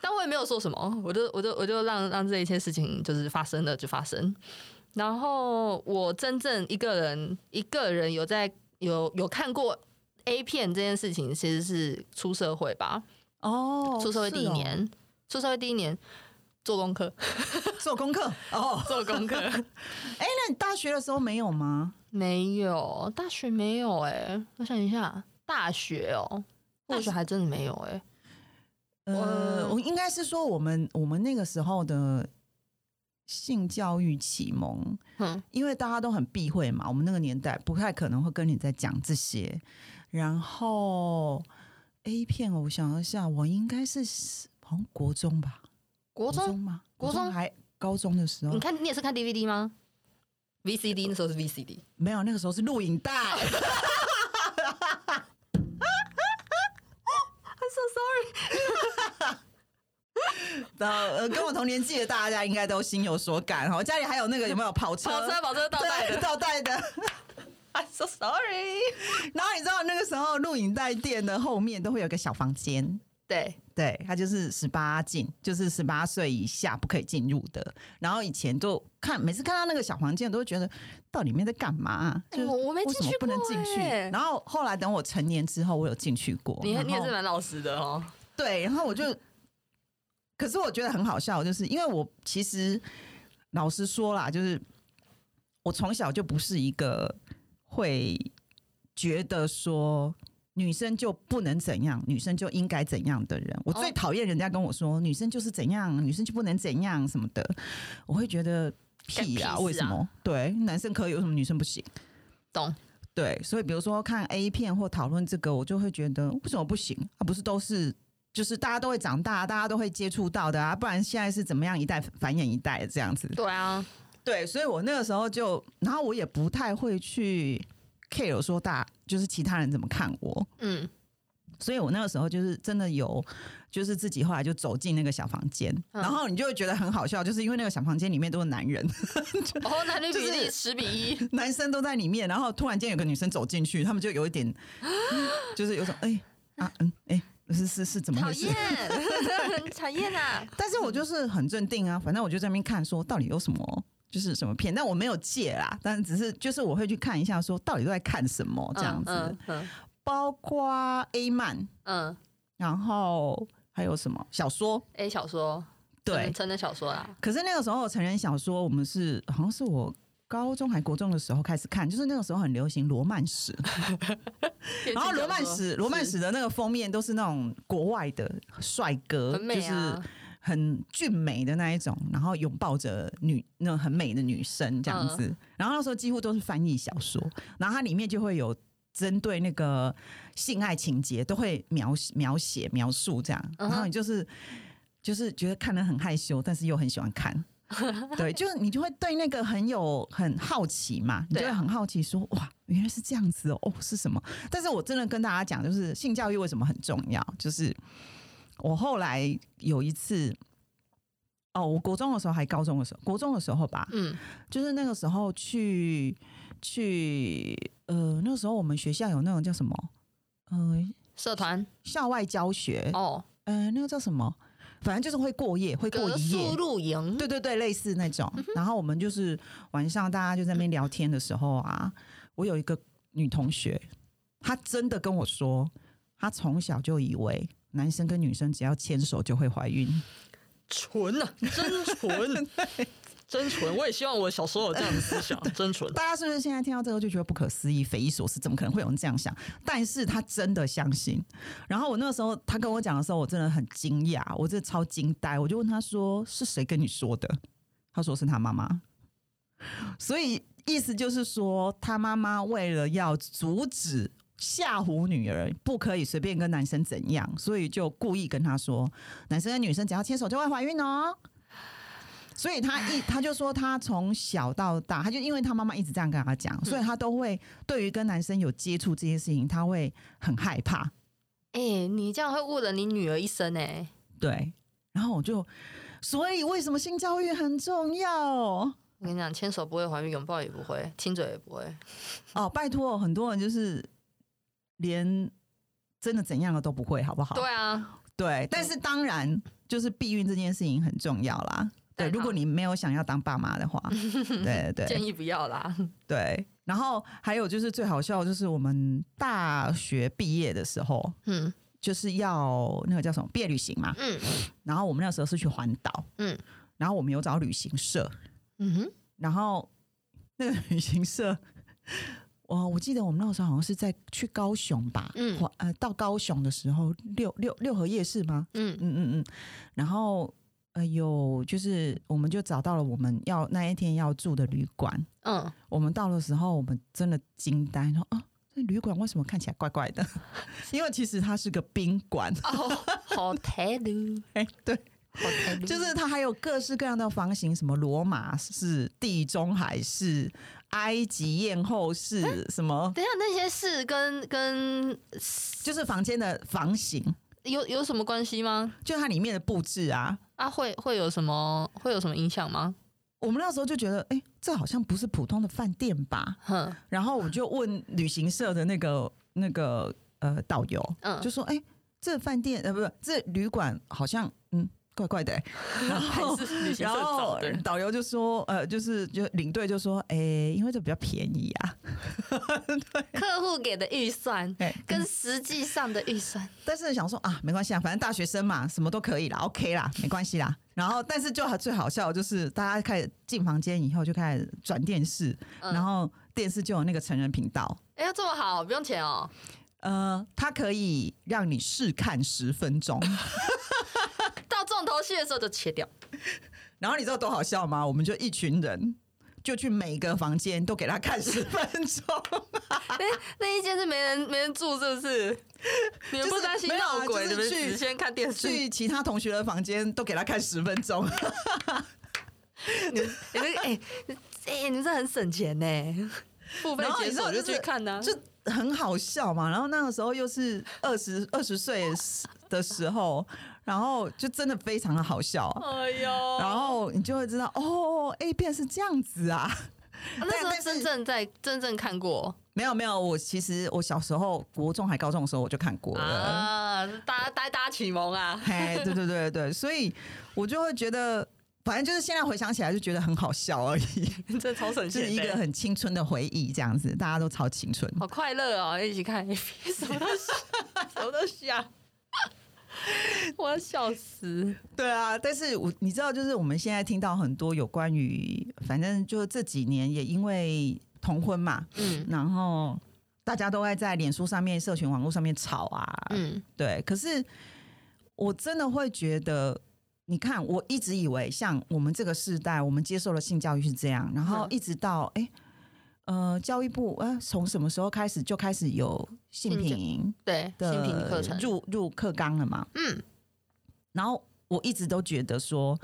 [SPEAKER 2] 但我也没有说什么，我就我就我就让让这一切事情就是发生了就发生。然后我真正一个人一个人有在有有看过 A 片这件事情，其实是出社会吧，
[SPEAKER 1] 哦
[SPEAKER 2] 出社会第一
[SPEAKER 1] 是哦
[SPEAKER 2] 年，出社会第一年做功课，
[SPEAKER 1] 做功课 哦。
[SPEAKER 2] 做功课。
[SPEAKER 1] 哎，那你大学的时候没有吗？
[SPEAKER 2] 没有，大学没有哎、我想一下，大学哦、大学还真的没有哎、
[SPEAKER 1] 呃，
[SPEAKER 2] 呃
[SPEAKER 1] 我应该是说我们我们那个时候的性教育启蒙，
[SPEAKER 2] 嗯，
[SPEAKER 1] 因为大家都很避讳嘛，我们那个年代不太可能会跟你在讲这些。然后 A 片，哦我想一下，我应该是好像国中吧，
[SPEAKER 2] 国中，
[SPEAKER 1] 吗？
[SPEAKER 2] 国中
[SPEAKER 1] 还高中的时候
[SPEAKER 2] 你，看你也是看 DVD 吗？VCD 那时候是 VCD，
[SPEAKER 1] 没有，那个时候是录 影带。 呃，呃跟我同年纪的大家应该都心有所感哈。我家里还有那个有没有跑车？
[SPEAKER 2] 跑车跑车倒带
[SPEAKER 1] 对
[SPEAKER 2] 的
[SPEAKER 1] 倒带的。
[SPEAKER 2] ，I'm so sorry。
[SPEAKER 1] 然后你知道那个时候录影带店的后面都会有个小房间，
[SPEAKER 2] 对，
[SPEAKER 1] 对，它就是十八禁，就是十八岁以下不可以进入的。然后以前就看，每次看到那个小房间，我都会觉得到底里面在干嘛、啊
[SPEAKER 2] 哎
[SPEAKER 1] 就是
[SPEAKER 2] 我我没
[SPEAKER 1] 为
[SPEAKER 2] 进
[SPEAKER 1] 什么
[SPEAKER 2] 去
[SPEAKER 1] 不能
[SPEAKER 2] 过
[SPEAKER 1] 进去。
[SPEAKER 2] 哎
[SPEAKER 1] 然后后来等我成年之后，我有进去过。
[SPEAKER 2] 你
[SPEAKER 1] 然
[SPEAKER 2] 你也
[SPEAKER 1] 后
[SPEAKER 2] 是蛮老实的哦、
[SPEAKER 1] 对，然后我就，可是我觉得很好笑，就是因为我其实老实说啦，就是我从小就不是一个会觉得说女生就不能怎样，女生就应该怎样的人。我最
[SPEAKER 2] 哦
[SPEAKER 1] 讨厌人家跟我说女生就是怎样，女生就不能怎样什么的，我会觉得
[SPEAKER 2] 干
[SPEAKER 1] 屁
[SPEAKER 2] 屁
[SPEAKER 1] 啦，
[SPEAKER 2] 事
[SPEAKER 1] 为什
[SPEAKER 2] 啊
[SPEAKER 1] 么？对，男生可以，为什么女生不行？
[SPEAKER 2] 懂？
[SPEAKER 1] 对，所以比如说看 A 片或讨论这个，我就会觉得为什么不行啊？不是都是就是大家都会长大，大家都会接触到的啊，不然现在是怎么样一代繁衍一代这样子？
[SPEAKER 2] 对啊，
[SPEAKER 1] 对，所以我那个时候就，然后我也不太会去 care 说大就是其他人怎么看我，
[SPEAKER 2] 嗯，
[SPEAKER 1] 所以我那个时候就是真的有，就是自己后来就走进那个小房间，
[SPEAKER 2] 嗯
[SPEAKER 1] 然后你就会觉得很好笑，就是因为那个小房间里面都是男人，
[SPEAKER 2] 哦，男女比
[SPEAKER 1] 就是
[SPEAKER 2] 例十比一，
[SPEAKER 1] 男生都在里面，然后突然间有个女生走进去，他们就有一 点，就是有种哎、啊嗯哎、是是是怎么
[SPEAKER 2] 讨
[SPEAKER 1] 回事？
[SPEAKER 2] 厌， 讨厌啊！
[SPEAKER 1] 但是我就是很镇定啊，反正我就在那边看，说到底有什么就是什么片，但我没有戒啦，但只是就是我会去看一下，说到底都在看什么这样子，
[SPEAKER 2] 嗯嗯
[SPEAKER 1] 包括 A 漫，
[SPEAKER 2] 嗯
[SPEAKER 1] 然后还有什么小说，
[SPEAKER 2] ，A 小说，
[SPEAKER 1] 对
[SPEAKER 2] 成，成人小说啊啦，
[SPEAKER 1] 可是那个时候成人小说，我们是好像是我高中还国中的时候开始看，就是那个时候很流行罗曼史，然后罗曼史罗曼史的那个封面都是那种国外的帅哥，
[SPEAKER 2] 很美啊
[SPEAKER 1] 就，是很俊美的那一种，然后拥抱着女那种很美的女生这样子。
[SPEAKER 2] 嗯
[SPEAKER 1] 然后那时候几乎都是翻译小说，然后它里面就会有针对那个性爱情节都会描描写描述这样，
[SPEAKER 2] 嗯哼
[SPEAKER 1] 然后你就是。就是觉得看得很害羞，但是又很喜欢看， 对，就是你就会对那个很有很好奇嘛，你就
[SPEAKER 2] 对
[SPEAKER 1] 会
[SPEAKER 2] 啊
[SPEAKER 1] 很好奇说，哇，原来是这样子哦，哦是什么？但是我真的跟大家讲，就是性教育为什么很重要，就是我后来有一次，哦，我国中的时候还高中的时候，国中的时候吧，
[SPEAKER 2] 嗯
[SPEAKER 1] 就是那个时候去去呃，那个时候我们学校有那种叫什么，呃，
[SPEAKER 2] 社团
[SPEAKER 1] 校外教学，
[SPEAKER 2] 哦，
[SPEAKER 1] 呃，那个叫什么，反正就是会过夜，会过
[SPEAKER 2] 格
[SPEAKER 1] 一夜
[SPEAKER 2] 宿。嗯露营，
[SPEAKER 1] 对对对，类似那种。然后我们就是晚上大家就在那边聊天的时候啊，我有一个女同学，她真的跟我说，她从小就以为男生跟女生只要牵手就会怀孕。
[SPEAKER 2] 纯啊，真 纯，真纯。我也希望我小时候有这样的思 想，真纯。
[SPEAKER 1] 大家是不是现在听到这个就觉得不可思议、匪夷所思？怎么可能会有人这样想？但是她真的相信。然后我那个时候她跟我讲的时候，我真的很惊讶，我真的超惊呆。我就问她说：“是谁跟你说的？”她说：“是她妈妈。”所以意思就是说，她妈妈为了要阻止。吓唬女儿不可以随便跟男生怎样，所以就故意跟她说，男生跟女生只要牵手就会怀孕哦。所以他 一他就说他从小到大，他就因为他妈妈一直这样跟他讲，
[SPEAKER 2] 嗯
[SPEAKER 1] 所以他都会对于跟男生有接触这些事情，他会很害怕。
[SPEAKER 2] 哎、你这样会误了你女儿一生哎、
[SPEAKER 1] 对，然后我就，所以为什么性教育很重要？
[SPEAKER 2] 我跟你讲，牵手不会怀孕，拥抱也不会，亲嘴也不会。
[SPEAKER 1] 哦，拜托，很多人就是连真的怎样的都不会，好不好？
[SPEAKER 2] 对啊，
[SPEAKER 1] 对，但是当然就是避孕这件事情很重要啦。对，
[SPEAKER 2] 对
[SPEAKER 1] 如
[SPEAKER 2] 好
[SPEAKER 1] 果你没有想要当爸妈的 话，对对对，
[SPEAKER 2] 建议不要啦。
[SPEAKER 1] 对，然后还有就是最好笑，就是我们大学毕业的时候，
[SPEAKER 2] 嗯
[SPEAKER 1] 就是要那个叫什么毕业旅行嘛。
[SPEAKER 2] 嗯
[SPEAKER 1] 然后我们那时候是去环岛，
[SPEAKER 2] 嗯
[SPEAKER 1] 然后我们有找旅行社，
[SPEAKER 2] 嗯哼，
[SPEAKER 1] 然后那个旅行社，我我记得我们那时候好像是在去高雄吧，
[SPEAKER 2] 嗯
[SPEAKER 1] 嗯，呃，到高雄的时候，六六六合夜市吗？
[SPEAKER 2] 嗯
[SPEAKER 1] 嗯嗯嗯，然后呃有就是我们就找到了我们要那一天要住的旅馆，
[SPEAKER 2] 嗯，
[SPEAKER 1] 我们到的时候，我们真的惊呆，说啊，这旅馆为什么看起来怪怪的？因为其实它是个宾馆，
[SPEAKER 2] 哦，好台路，
[SPEAKER 1] 哎、对，
[SPEAKER 2] 好台路，
[SPEAKER 1] 就是它还有各式各样的房型，什么罗马式、地中海式、埃及艳后式，什么
[SPEAKER 2] 等一下那些事跟跟
[SPEAKER 1] 就是房间的房型，
[SPEAKER 2] 有有什么关系吗？
[SPEAKER 1] 就它里面的布置啊。
[SPEAKER 2] 啊，会会有什么会有什么影响吗？
[SPEAKER 1] 我们那时候就觉得，哎、这好像不是普通的饭店吧？
[SPEAKER 2] 哼，
[SPEAKER 1] 然后我就问旅行社的那个那个呃导游，
[SPEAKER 2] 嗯，
[SPEAKER 1] 就说：“哎、这饭店呃，不是这旅馆好像嗯怪怪的、 欸。然后”
[SPEAKER 2] 是旅
[SPEAKER 1] 然后导游就说：“呃，就是就领队就说，哎、因为这比较便宜啊。”
[SPEAKER 2] 客户给的预算
[SPEAKER 1] 对，
[SPEAKER 2] 跟实际上的预算，
[SPEAKER 1] 但是想说啊，没关系啊，反正大学生嘛，什么都可以啦，OK 啦，没关系啦。然后，但是就最好笑的就是，大家开始进房间以后就开始转电视，
[SPEAKER 2] 嗯
[SPEAKER 1] 然后电视就有那个成人频道，
[SPEAKER 2] 哎呀，这么好，不用钱哦。
[SPEAKER 1] 呃，它可以让你试看十分钟。
[SPEAKER 2] 到重头戏的时候就切掉，
[SPEAKER 1] 然后你知道多好笑吗？我们就一群人就去每个房间都给他看十分钟，
[SPEAKER 2] 那哎那一间是没人没人住，是不是？ 你们
[SPEAKER 1] 就
[SPEAKER 2] 不
[SPEAKER 1] 是
[SPEAKER 2] 担心
[SPEAKER 1] 没有啊
[SPEAKER 2] 闹鬼，
[SPEAKER 1] 就是
[SPEAKER 2] 你们
[SPEAKER 1] 去
[SPEAKER 2] 只先看电 视。
[SPEAKER 1] 去其他同学的房间都给他看十分 钟。
[SPEAKER 2] 你们你们哎哎，你们这很省钱呢，付费
[SPEAKER 1] 然后
[SPEAKER 2] 解
[SPEAKER 1] 你知道
[SPEAKER 2] 锁就
[SPEAKER 1] 就是
[SPEAKER 2] 去看呢。
[SPEAKER 1] 就很好笑嘛。然后那个时候又是二十二十岁的时候，然后就真的非常的好笑。
[SPEAKER 2] 哎呦，
[SPEAKER 1] 然后你就会知道哦，A 片是这样子啊。
[SPEAKER 2] 啊那时
[SPEAKER 1] 但
[SPEAKER 2] 候
[SPEAKER 1] 但
[SPEAKER 2] 真
[SPEAKER 1] 是
[SPEAKER 2] 正在真正看过
[SPEAKER 1] 没有没有，我其实我小时候国中还高中的时候我就看过了。
[SPEAKER 2] 啊，大家大家启蒙啊，
[SPEAKER 1] 嘿，对对对对，所以我就会觉得，反正就是现在回想起来就觉得很好笑而已，
[SPEAKER 2] 这超省
[SPEAKER 1] 就是
[SPEAKER 2] 钱
[SPEAKER 1] 一个
[SPEAKER 2] 的，
[SPEAKER 1] 很青春的回忆，这样子，大家都超青春。
[SPEAKER 2] 好快乐哦，一起看 A 片，什么都什么都想，我要笑死。
[SPEAKER 1] 对啊，但是我你知道，就是我们现在听到很多有关于，反正就这几年也因为同婚嘛，
[SPEAKER 2] 嗯
[SPEAKER 1] 然后大家都爱在脸书上面、社群网络上面吵啊，
[SPEAKER 2] 嗯
[SPEAKER 1] 对。可是我真的会觉得，你看，我一直以为像我们这个世代，我们接受了性教育是这样，然后
[SPEAKER 2] 嗯
[SPEAKER 1] 一直到哎、诶呃，教育部呃，从什么时候开始就开始有性
[SPEAKER 2] 性教
[SPEAKER 1] 平营
[SPEAKER 2] 对，性平课
[SPEAKER 1] 的
[SPEAKER 2] 程，
[SPEAKER 1] 入入课纲了嘛？
[SPEAKER 2] 嗯，
[SPEAKER 1] 然后我一直都觉得说，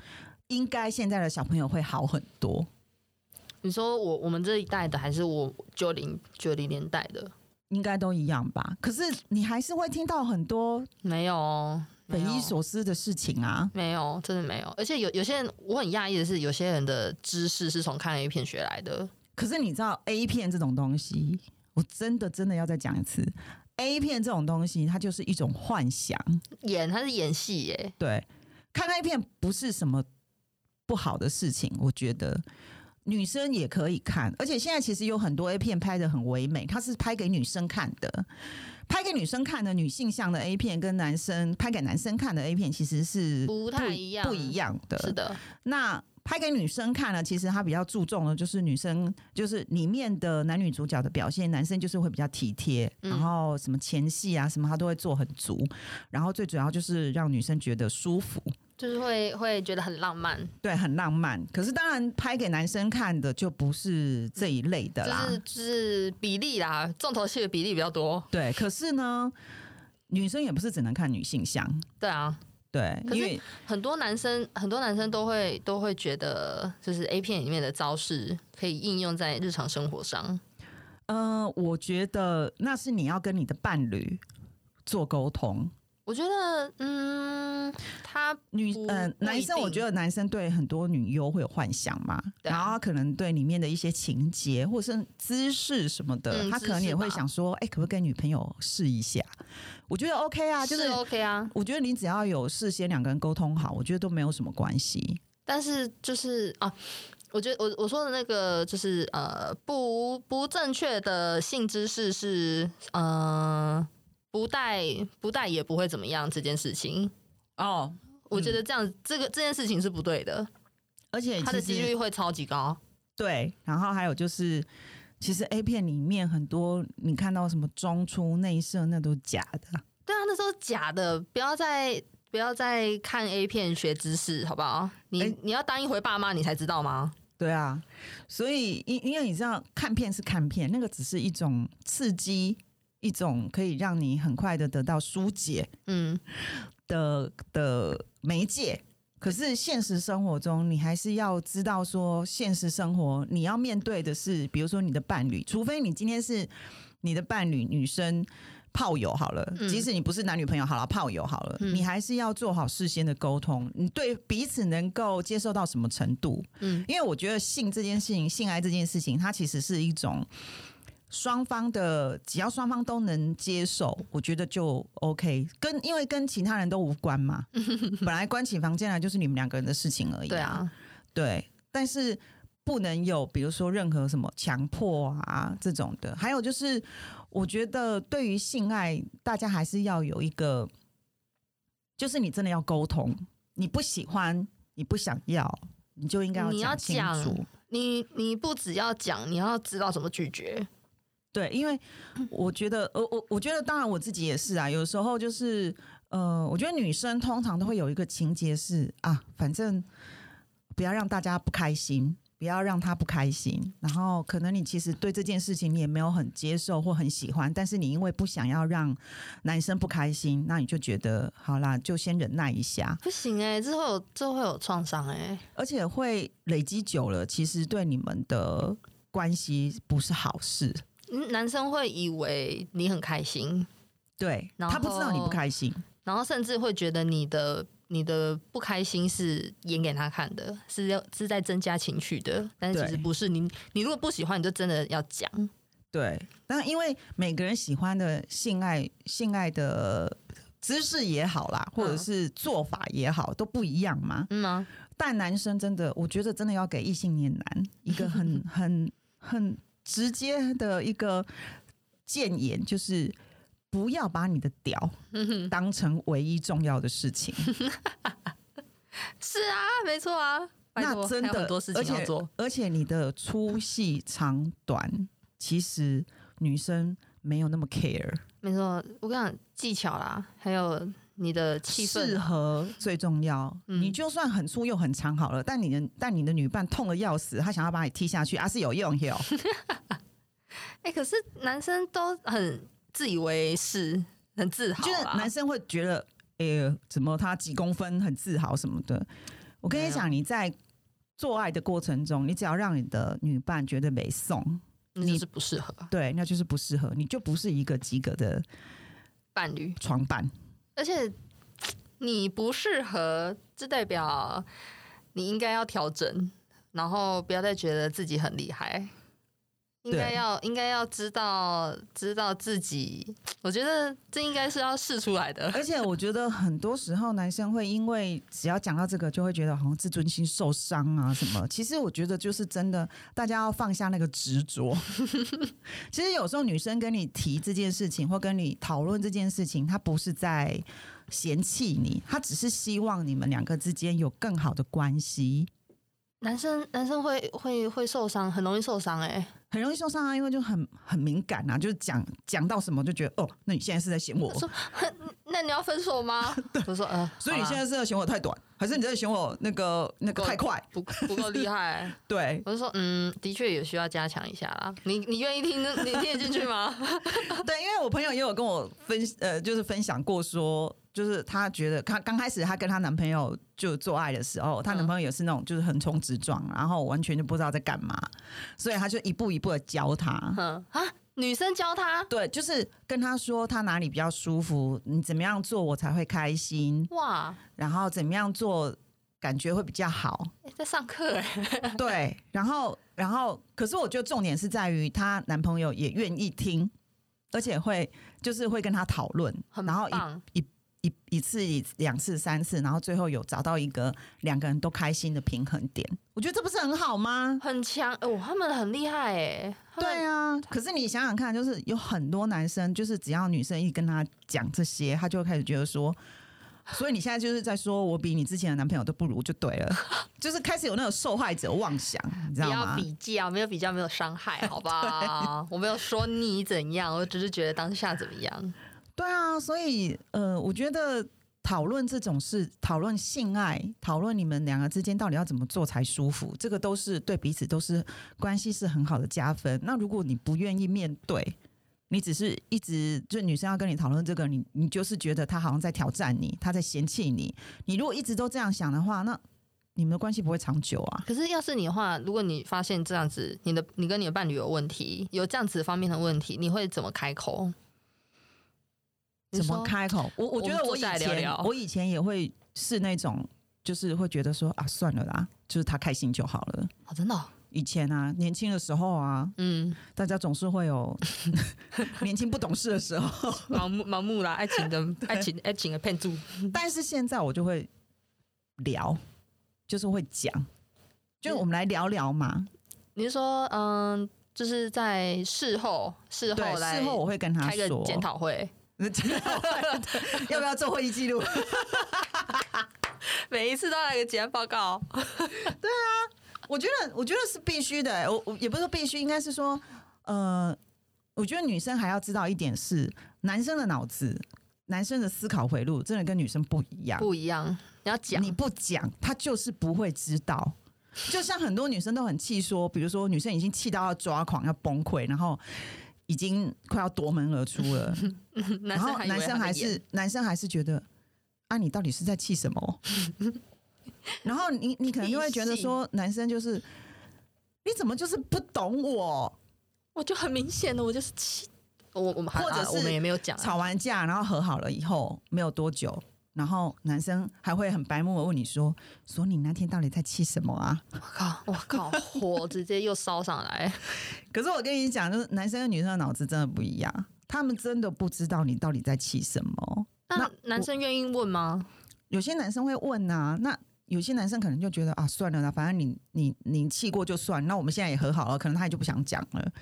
[SPEAKER 1] 应该现在的小朋友会好很多。
[SPEAKER 2] 你说我我们这一代的，还是我九零九零年代的？
[SPEAKER 1] 应该都一样吧，可是你还是会听到很多
[SPEAKER 2] 没有哦，
[SPEAKER 1] 匪
[SPEAKER 2] 没有
[SPEAKER 1] 夷所思的事情啊。
[SPEAKER 2] 没有，真的没有。而且有有些人，我很讶异的是，有些人的知识是从看 A 片学来的。
[SPEAKER 1] 可是你知道 A 片这种东西，我真的真的要再讲一次，A 片这种东西，它就是一种幻想。
[SPEAKER 2] 演，他是演戏耶。
[SPEAKER 1] 对，看 A 片不是什么不好的事情，我觉得女生也可以看，而且现在其实有很多 A 片拍的很唯美，它是拍给女生看的，拍给女生看的女性向的 A 片跟男生拍给男生看的 A 片其实是
[SPEAKER 2] 不太一样
[SPEAKER 1] 不一样的。
[SPEAKER 2] 是的，
[SPEAKER 1] 那。拍给女生看呢，其实它比较注重的就是女生，就是里面的男女主角的表现，男生就是会比较体贴，
[SPEAKER 2] 嗯
[SPEAKER 1] 然后什么前戏啊什么，他都会做很足，然后最主要就是让女生觉得舒服。
[SPEAKER 2] 就是会会觉得很浪漫，
[SPEAKER 1] 对，很浪漫。可是当然，拍给男生看的就不是这一类的
[SPEAKER 2] 就
[SPEAKER 1] 啦。
[SPEAKER 2] 是就是比例啦，重头戏的比例比较多。
[SPEAKER 1] 对，可是呢，女生也不是只能看女性向，
[SPEAKER 2] 对啊，
[SPEAKER 1] 对，
[SPEAKER 2] 可是
[SPEAKER 1] 因为
[SPEAKER 2] 很多男生很多男生都会都会觉得，就是 A 片里面的招式可以应用在日常生活上。
[SPEAKER 1] 呃，我觉得那是你要跟你的伴侣做沟通。
[SPEAKER 2] 我觉得，嗯，他
[SPEAKER 1] 女
[SPEAKER 2] 不
[SPEAKER 1] 呃，
[SPEAKER 2] 不
[SPEAKER 1] 男
[SPEAKER 2] 一
[SPEAKER 1] 生我
[SPEAKER 2] 定
[SPEAKER 1] 觉得男生对很多女优会有幻想嘛，
[SPEAKER 2] 对啊
[SPEAKER 1] 然后他可能对里面的一些情节或是姿势什么的，
[SPEAKER 2] 嗯
[SPEAKER 1] 他
[SPEAKER 2] 姿
[SPEAKER 1] 可能
[SPEAKER 2] 势
[SPEAKER 1] 也会
[SPEAKER 2] 吧
[SPEAKER 1] 想说，哎、可不可以跟女朋友试一下？我觉得 OK 啊，就是
[SPEAKER 2] 是 OK 啊，
[SPEAKER 1] 我觉得你只要有事先两个人沟通好，我觉得都没有什么关系。
[SPEAKER 2] 但是就是啊，我觉得我我说的那个就是呃不不正确的性知识是呃不带不带也不会怎么样这件事情，
[SPEAKER 1] 哦，
[SPEAKER 2] 我觉得这样、这个这件事情是不对的，
[SPEAKER 1] 而且
[SPEAKER 2] 它
[SPEAKER 1] 嗯
[SPEAKER 2] 的
[SPEAKER 1] 哎其实
[SPEAKER 2] 几率会超级高。
[SPEAKER 1] 对，然后还有就是，其实 A 片里面很多你看到什么中出内射，那都是假的。
[SPEAKER 2] 对啊，那时候假的，不要再不要再看 A 片学知识，好不好？你、
[SPEAKER 1] 哎
[SPEAKER 2] 你要当一回爸妈，你才知道吗？
[SPEAKER 1] 对啊，所以因因为你知道，看片是看片，那个只是一种刺激，一种可以让你很快的得到疏解
[SPEAKER 2] 嗯，
[SPEAKER 1] 哎的的媒介。可是现实生活中，你还是要知道说，现实生活你要面对的是，比如说你的伴侣，除非你今天是你的伴侣女生炮友好了，
[SPEAKER 2] 嗯
[SPEAKER 1] 即使你不是男女朋友好了，炮友好了，
[SPEAKER 2] 嗯
[SPEAKER 1] 你还是要做好事先的沟通，你对彼此能够接受到什么程度？
[SPEAKER 2] 嗯
[SPEAKER 1] 嗯，因为我觉得性这件事情，性爱这件事情，它其实是一种。双方的只要双方都能接受，我觉得就 OK 跟。因为跟其他人都无关 嘛，啊
[SPEAKER 2] 啊
[SPEAKER 1] 本来关起房间来就是你们两个人的事情而已、
[SPEAKER 2] 对啊，
[SPEAKER 1] 对。但是不能有，比如说任何什么强迫啊这种的。还有就是，我觉得对于性爱，大家还是要有一个，就是你真的要沟通，你不喜欢，你不想要，你就应该
[SPEAKER 2] 你要
[SPEAKER 1] 讲清
[SPEAKER 2] 讲
[SPEAKER 1] 楚。
[SPEAKER 2] 你你不只要讲，你要知道怎么拒绝。
[SPEAKER 1] 对，因为
[SPEAKER 2] 嗯
[SPEAKER 1] 我觉得，呃，我我觉得，当然我自己也是啊。有时候就是，呃，我觉得女生通常都会有一个情节是啊，反正不要让大家不开心，不要让她不开心。然后可能你其实对这件事情你也没有很接受或很喜欢，但是你因为不想要让男生不开心，那你就觉得好啦，就先忍耐一下。
[SPEAKER 2] 不行哎、这会有这会有创伤哎。
[SPEAKER 1] 而且会累积久了，其实对你们的关系不是好事。
[SPEAKER 2] 嗯男生会以为你很开心，
[SPEAKER 1] 对
[SPEAKER 2] 然
[SPEAKER 1] 他不知道你不
[SPEAKER 2] 后
[SPEAKER 1] 开心。
[SPEAKER 2] 然后甚至会觉得你的你的不开心是演给他看的，是要是在增加情绪的，但是其实
[SPEAKER 1] 对
[SPEAKER 2] 不是。你你如果不喜欢，你就真的要讲。
[SPEAKER 1] 对，但因为每个人喜欢的性爱、性爱的姿势也好啦，或者
[SPEAKER 2] 嗯
[SPEAKER 1] 是做法也好，都不一样嘛。
[SPEAKER 2] 嗯啊，
[SPEAKER 1] 但男生真的，我觉得真的要给异性恋男一个 很、很、很直接的一个谏言，就是不要把你的 屌当成唯一重要的事情。
[SPEAKER 2] 是啊，没错啊。拜
[SPEAKER 1] 那
[SPEAKER 2] 托
[SPEAKER 1] 真
[SPEAKER 2] 还有
[SPEAKER 1] 的，
[SPEAKER 2] 很多事
[SPEAKER 1] 而
[SPEAKER 2] 情
[SPEAKER 1] 且
[SPEAKER 2] 要做，
[SPEAKER 1] 而且你的粗细长短，其实女生没有那么 care。
[SPEAKER 2] 没错。我跟你讲，技巧啦，还有你的气
[SPEAKER 1] 适
[SPEAKER 2] 氛，
[SPEAKER 1] 合最重要。
[SPEAKER 2] 嗯
[SPEAKER 1] 你就算很粗又很长好了，但你的但你的女伴痛的要死，她想要把你踢下去，啊是有用 的哦。
[SPEAKER 2] 哎、可是男生都很自以为是，很自豪
[SPEAKER 1] 就是
[SPEAKER 2] 啦
[SPEAKER 1] 男生会觉得，哎、怎么他几公分很自豪什么的。我跟
[SPEAKER 2] 没
[SPEAKER 1] 你
[SPEAKER 2] 有
[SPEAKER 1] 讲，你在做爱的过程中，你只要让你的女伴觉得没送，
[SPEAKER 2] 你就是不适合
[SPEAKER 1] 对，那就是不适合，你就不是一个及格的
[SPEAKER 2] 伴侣，
[SPEAKER 1] 床伴。
[SPEAKER 2] 而且你不适合，这代表你应该要调整，然后不要再觉得自己很厉害，应该
[SPEAKER 1] 对
[SPEAKER 2] 要应该要知道知道自己，我觉得这应该是要试出来的。
[SPEAKER 1] 而且我觉得很多时候男生会因为只要讲到这个，就会觉得好像自尊心受伤啊什么。其实我觉得就是真的，大家要放下那个执着。 其实有时候女生跟你提这件事情，或跟你讨论这件事情，她不是在嫌弃你，她只是希望你们两个之间有更好的关系。
[SPEAKER 2] 男生男生会会会受伤，很容易受伤哎、
[SPEAKER 1] 很容易受伤啊，因为就很很敏感啊，就是讲讲到什么就觉得哦，那你现在是在嫌我
[SPEAKER 2] 我，说那你要分 手吗？我说呃，
[SPEAKER 1] 所以你
[SPEAKER 2] 好啦
[SPEAKER 1] 现在是在嫌我太短，还是你在嫌我那个那个
[SPEAKER 2] 不够
[SPEAKER 1] 太快？
[SPEAKER 2] 不不够厉害、
[SPEAKER 1] 对，
[SPEAKER 2] 我就说嗯，的确也需要加强一下啦。你你愿意听你听得进去 吗？
[SPEAKER 1] 对，因为我朋友也有跟我分呃，就是分享过说，就是她觉得她刚开始她跟她男朋友就做爱的时候，
[SPEAKER 2] 嗯
[SPEAKER 1] 她男朋友也是那种就是横冲直撞，然后完全就不知道在干嘛，所以她就一步一步的教他。
[SPEAKER 2] 嗯啊，女生教他
[SPEAKER 1] 对，就是跟他说他哪里比较舒服，你怎么样做我才会开心，
[SPEAKER 2] 哇，
[SPEAKER 1] 然后怎么样做感觉会比较 好。
[SPEAKER 2] 欸在上课哎，
[SPEAKER 1] 对，然后然后，可是我觉得重点是在于她男朋友也愿意听，而且会就是会跟她讨论，
[SPEAKER 2] 很
[SPEAKER 1] 然后一
[SPEAKER 2] 棒。
[SPEAKER 1] 一一次、一两次、三次，然后最后有找到一个两个人都开心的平衡点，我觉得这不是很好吗？
[SPEAKER 2] 很强哦，他们很厉害哎，他们
[SPEAKER 1] 对啊，可是你想想看，就是有很多男生，就是只要女生一跟他讲这些，他就会开始觉得说，所以你现在就是在说我比你之前的男朋友都不如就对了， 就是开始有那种受害者妄想，你知
[SPEAKER 2] 不
[SPEAKER 1] 道
[SPEAKER 2] 要
[SPEAKER 1] 吗？
[SPEAKER 2] 比较，没有比较没有伤害，好吧？我没有说你怎样，我只是觉得当下怎么样。
[SPEAKER 1] 对啊，所以呃，我觉得讨论这种事，讨论性爱，讨论你们两个之间到底要怎么做才舒服，这个都是对彼此都是关系是很好的加分。那如果你不愿意面对，你只是一直就女生要跟你讨论这个，你你就是觉得她好像在挑战你，她在嫌弃你。你如果一直都这样想的话，那你们的关系不会长久啊。
[SPEAKER 2] 可是要是你的话，如果你发现这样子，你的你跟你的伴侣有问题，有这样子方面的问题，你会怎么开口？你
[SPEAKER 1] 怎么
[SPEAKER 2] 说？
[SPEAKER 1] 开口？我我觉
[SPEAKER 2] 我们
[SPEAKER 1] 得
[SPEAKER 2] 坐
[SPEAKER 1] 我以
[SPEAKER 2] 下来
[SPEAKER 1] 前
[SPEAKER 2] 聊聊
[SPEAKER 1] 我以前也会是那种，就是会觉得说啊，算了啦，就是他开心就好了。
[SPEAKER 2] 哦，真的哦、
[SPEAKER 1] 以前啊，年轻的时候啊，
[SPEAKER 2] 嗯，
[SPEAKER 1] 大家总是会 有年轻不懂事的时候，
[SPEAKER 2] 嗯盲目盲目啦，爱情的爱情爱情的骗子。
[SPEAKER 1] 但是现在我就会聊，就是会讲。就我们来聊聊嘛。
[SPEAKER 2] 你是说，嗯，就是在事后事后
[SPEAKER 1] 对，
[SPEAKER 2] 来
[SPEAKER 1] 事后我会跟他
[SPEAKER 2] 开个
[SPEAKER 1] 说，
[SPEAKER 2] 检讨会？
[SPEAKER 1] 检讨会要不要做会议 记录？
[SPEAKER 2] 每一次都来个检验报告，
[SPEAKER 1] 啊我觉得，我觉得是必须的、欸我我也不是说必须，应该是说，呃，我觉得女生还要知道一点是，男生的脑子，男生的思考回路真的跟女生不一样。
[SPEAKER 2] 不一样，你要讲
[SPEAKER 1] 你不讲，他就是不会知道。就像很多女生都很气说，比如说女生已经气到要抓狂、要崩溃，然后已经快要夺门而出了，
[SPEAKER 2] 男
[SPEAKER 1] 然后
[SPEAKER 2] 生还以为
[SPEAKER 1] 男
[SPEAKER 2] 他
[SPEAKER 1] 生
[SPEAKER 2] 在
[SPEAKER 1] 还
[SPEAKER 2] 演
[SPEAKER 1] 是男生还是觉得啊，你到底是在气什 么？然后你你可能就会觉得说，男生就是你怎么就是不懂我？
[SPEAKER 2] 我就很明显的，我就是气。我我们还
[SPEAKER 1] 或者
[SPEAKER 2] 啊
[SPEAKER 1] 是
[SPEAKER 2] 我们也没有讲啊、
[SPEAKER 1] 吵完架然后和好了以后没有多久，然后男生还会很白目的问你说，说你那天到底在气什么啊？
[SPEAKER 2] 我靠，我靠，火直接又烧上来。
[SPEAKER 1] 可是我跟你讲，就是男生跟女生的脑子真的不一样，他们真的不知道你到底在气什么。
[SPEAKER 2] 那
[SPEAKER 1] 那
[SPEAKER 2] 男生愿意问吗？
[SPEAKER 1] 有些男生会问啊，那有些男生可能就觉得啊，算了啦，反正你你你气过就算，那我们现在也和好了，可能他也就不想讲了。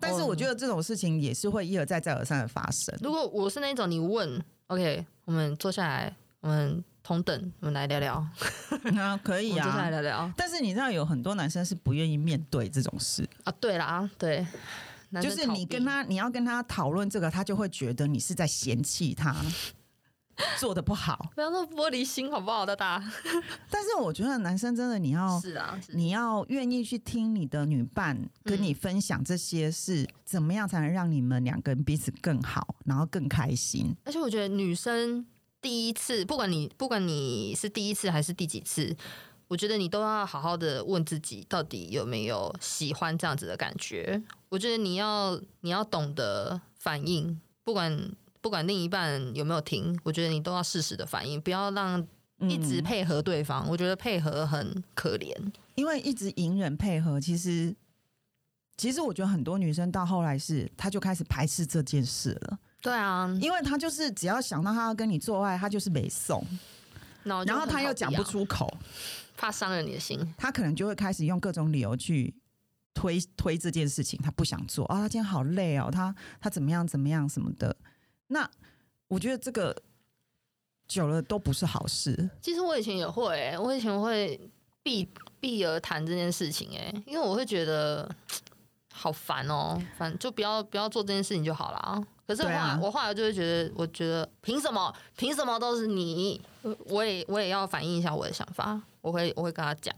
[SPEAKER 1] 但是我觉得这种事情也是会一而再再而三的发生。
[SPEAKER 2] 如果我是那种你问，OK，我们坐下来，我们同等，我们来聊聊，
[SPEAKER 1] 那、可
[SPEAKER 2] 嗯我
[SPEAKER 1] 以
[SPEAKER 2] 们坐下来
[SPEAKER 1] 啊，
[SPEAKER 2] 聊聊
[SPEAKER 1] 但是你知道有很多男生是不愿意面对这种事，
[SPEAKER 2] 啊。对啦，对，男
[SPEAKER 1] 就
[SPEAKER 2] 生
[SPEAKER 1] 是
[SPEAKER 2] 逃
[SPEAKER 1] 你
[SPEAKER 2] 避
[SPEAKER 1] 跟他你要跟他讨论这个，他就会觉得你是在嫌弃他做的不好。
[SPEAKER 2] 不要那么玻璃心好不好，大大？
[SPEAKER 1] 但是我觉得男生真的你要
[SPEAKER 2] 是啊，是
[SPEAKER 1] 你要愿意去听你的女伴跟
[SPEAKER 2] 嗯
[SPEAKER 1] 你分享这些事，怎么样才能让你们两个人彼此更好，然后更开心？
[SPEAKER 2] 而且我觉得女生第一次，不管你不管你是第一次还是第几次，我觉得你都要好好的问自己，到底有没有喜欢这样子的感觉。我觉得你要你要懂得反应，不管不管另一半有没有听，我觉得你都要适时的反应，不要让
[SPEAKER 1] 嗯
[SPEAKER 2] 一直配合对方。我觉得配合很可怜。
[SPEAKER 1] 因为一直隐忍配合，其实其实我觉得很多女生到后来是，她就开始排斥这件事了，
[SPEAKER 2] 对啊，
[SPEAKER 1] 因为她就是只要想到她要跟你做爱，她就是没送，
[SPEAKER 2] 然后
[SPEAKER 1] 然后她又讲
[SPEAKER 2] 啊
[SPEAKER 1] 不，出口，
[SPEAKER 2] 怕伤了你的心。
[SPEAKER 1] 她可能就会开始用各种理由去。推推这件事情，她不想做啊！她今天好累哦，她她怎么样怎么样什么的。那我觉得这个久了都不是好事。
[SPEAKER 2] 其实我以前也会欸、我以前会避避而谈这件事情、欸，因为我会觉得好烦哦、反正就不要不要做这件事情就好了。可是我后
[SPEAKER 1] 对
[SPEAKER 2] 来、
[SPEAKER 1] 啊
[SPEAKER 2] 我后来就会觉得，我觉得凭什么？凭什么都是你？呃我也我也要反映一下我的想法，我会我会跟他讲。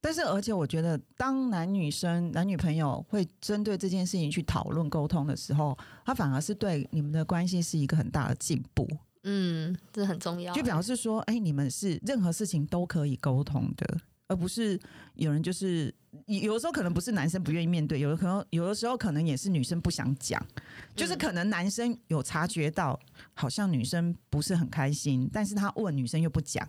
[SPEAKER 1] 但是，而且我觉得，当男女生、男女朋友会针对这件事情去讨论沟通的时候，他反而是对你们的关系是一个很大的进步，
[SPEAKER 2] 嗯，这很重要欸、
[SPEAKER 1] 就表示说，哎、你们是任何事情都可以沟通的，而不是有人就是有有的时候可能不是男生不愿意面对，有的可能有的时候可能也是女生不想讲，就是
[SPEAKER 2] 嗯
[SPEAKER 1] 可能男生有察觉到好像女生不是很开心，但是他问女生又不讲。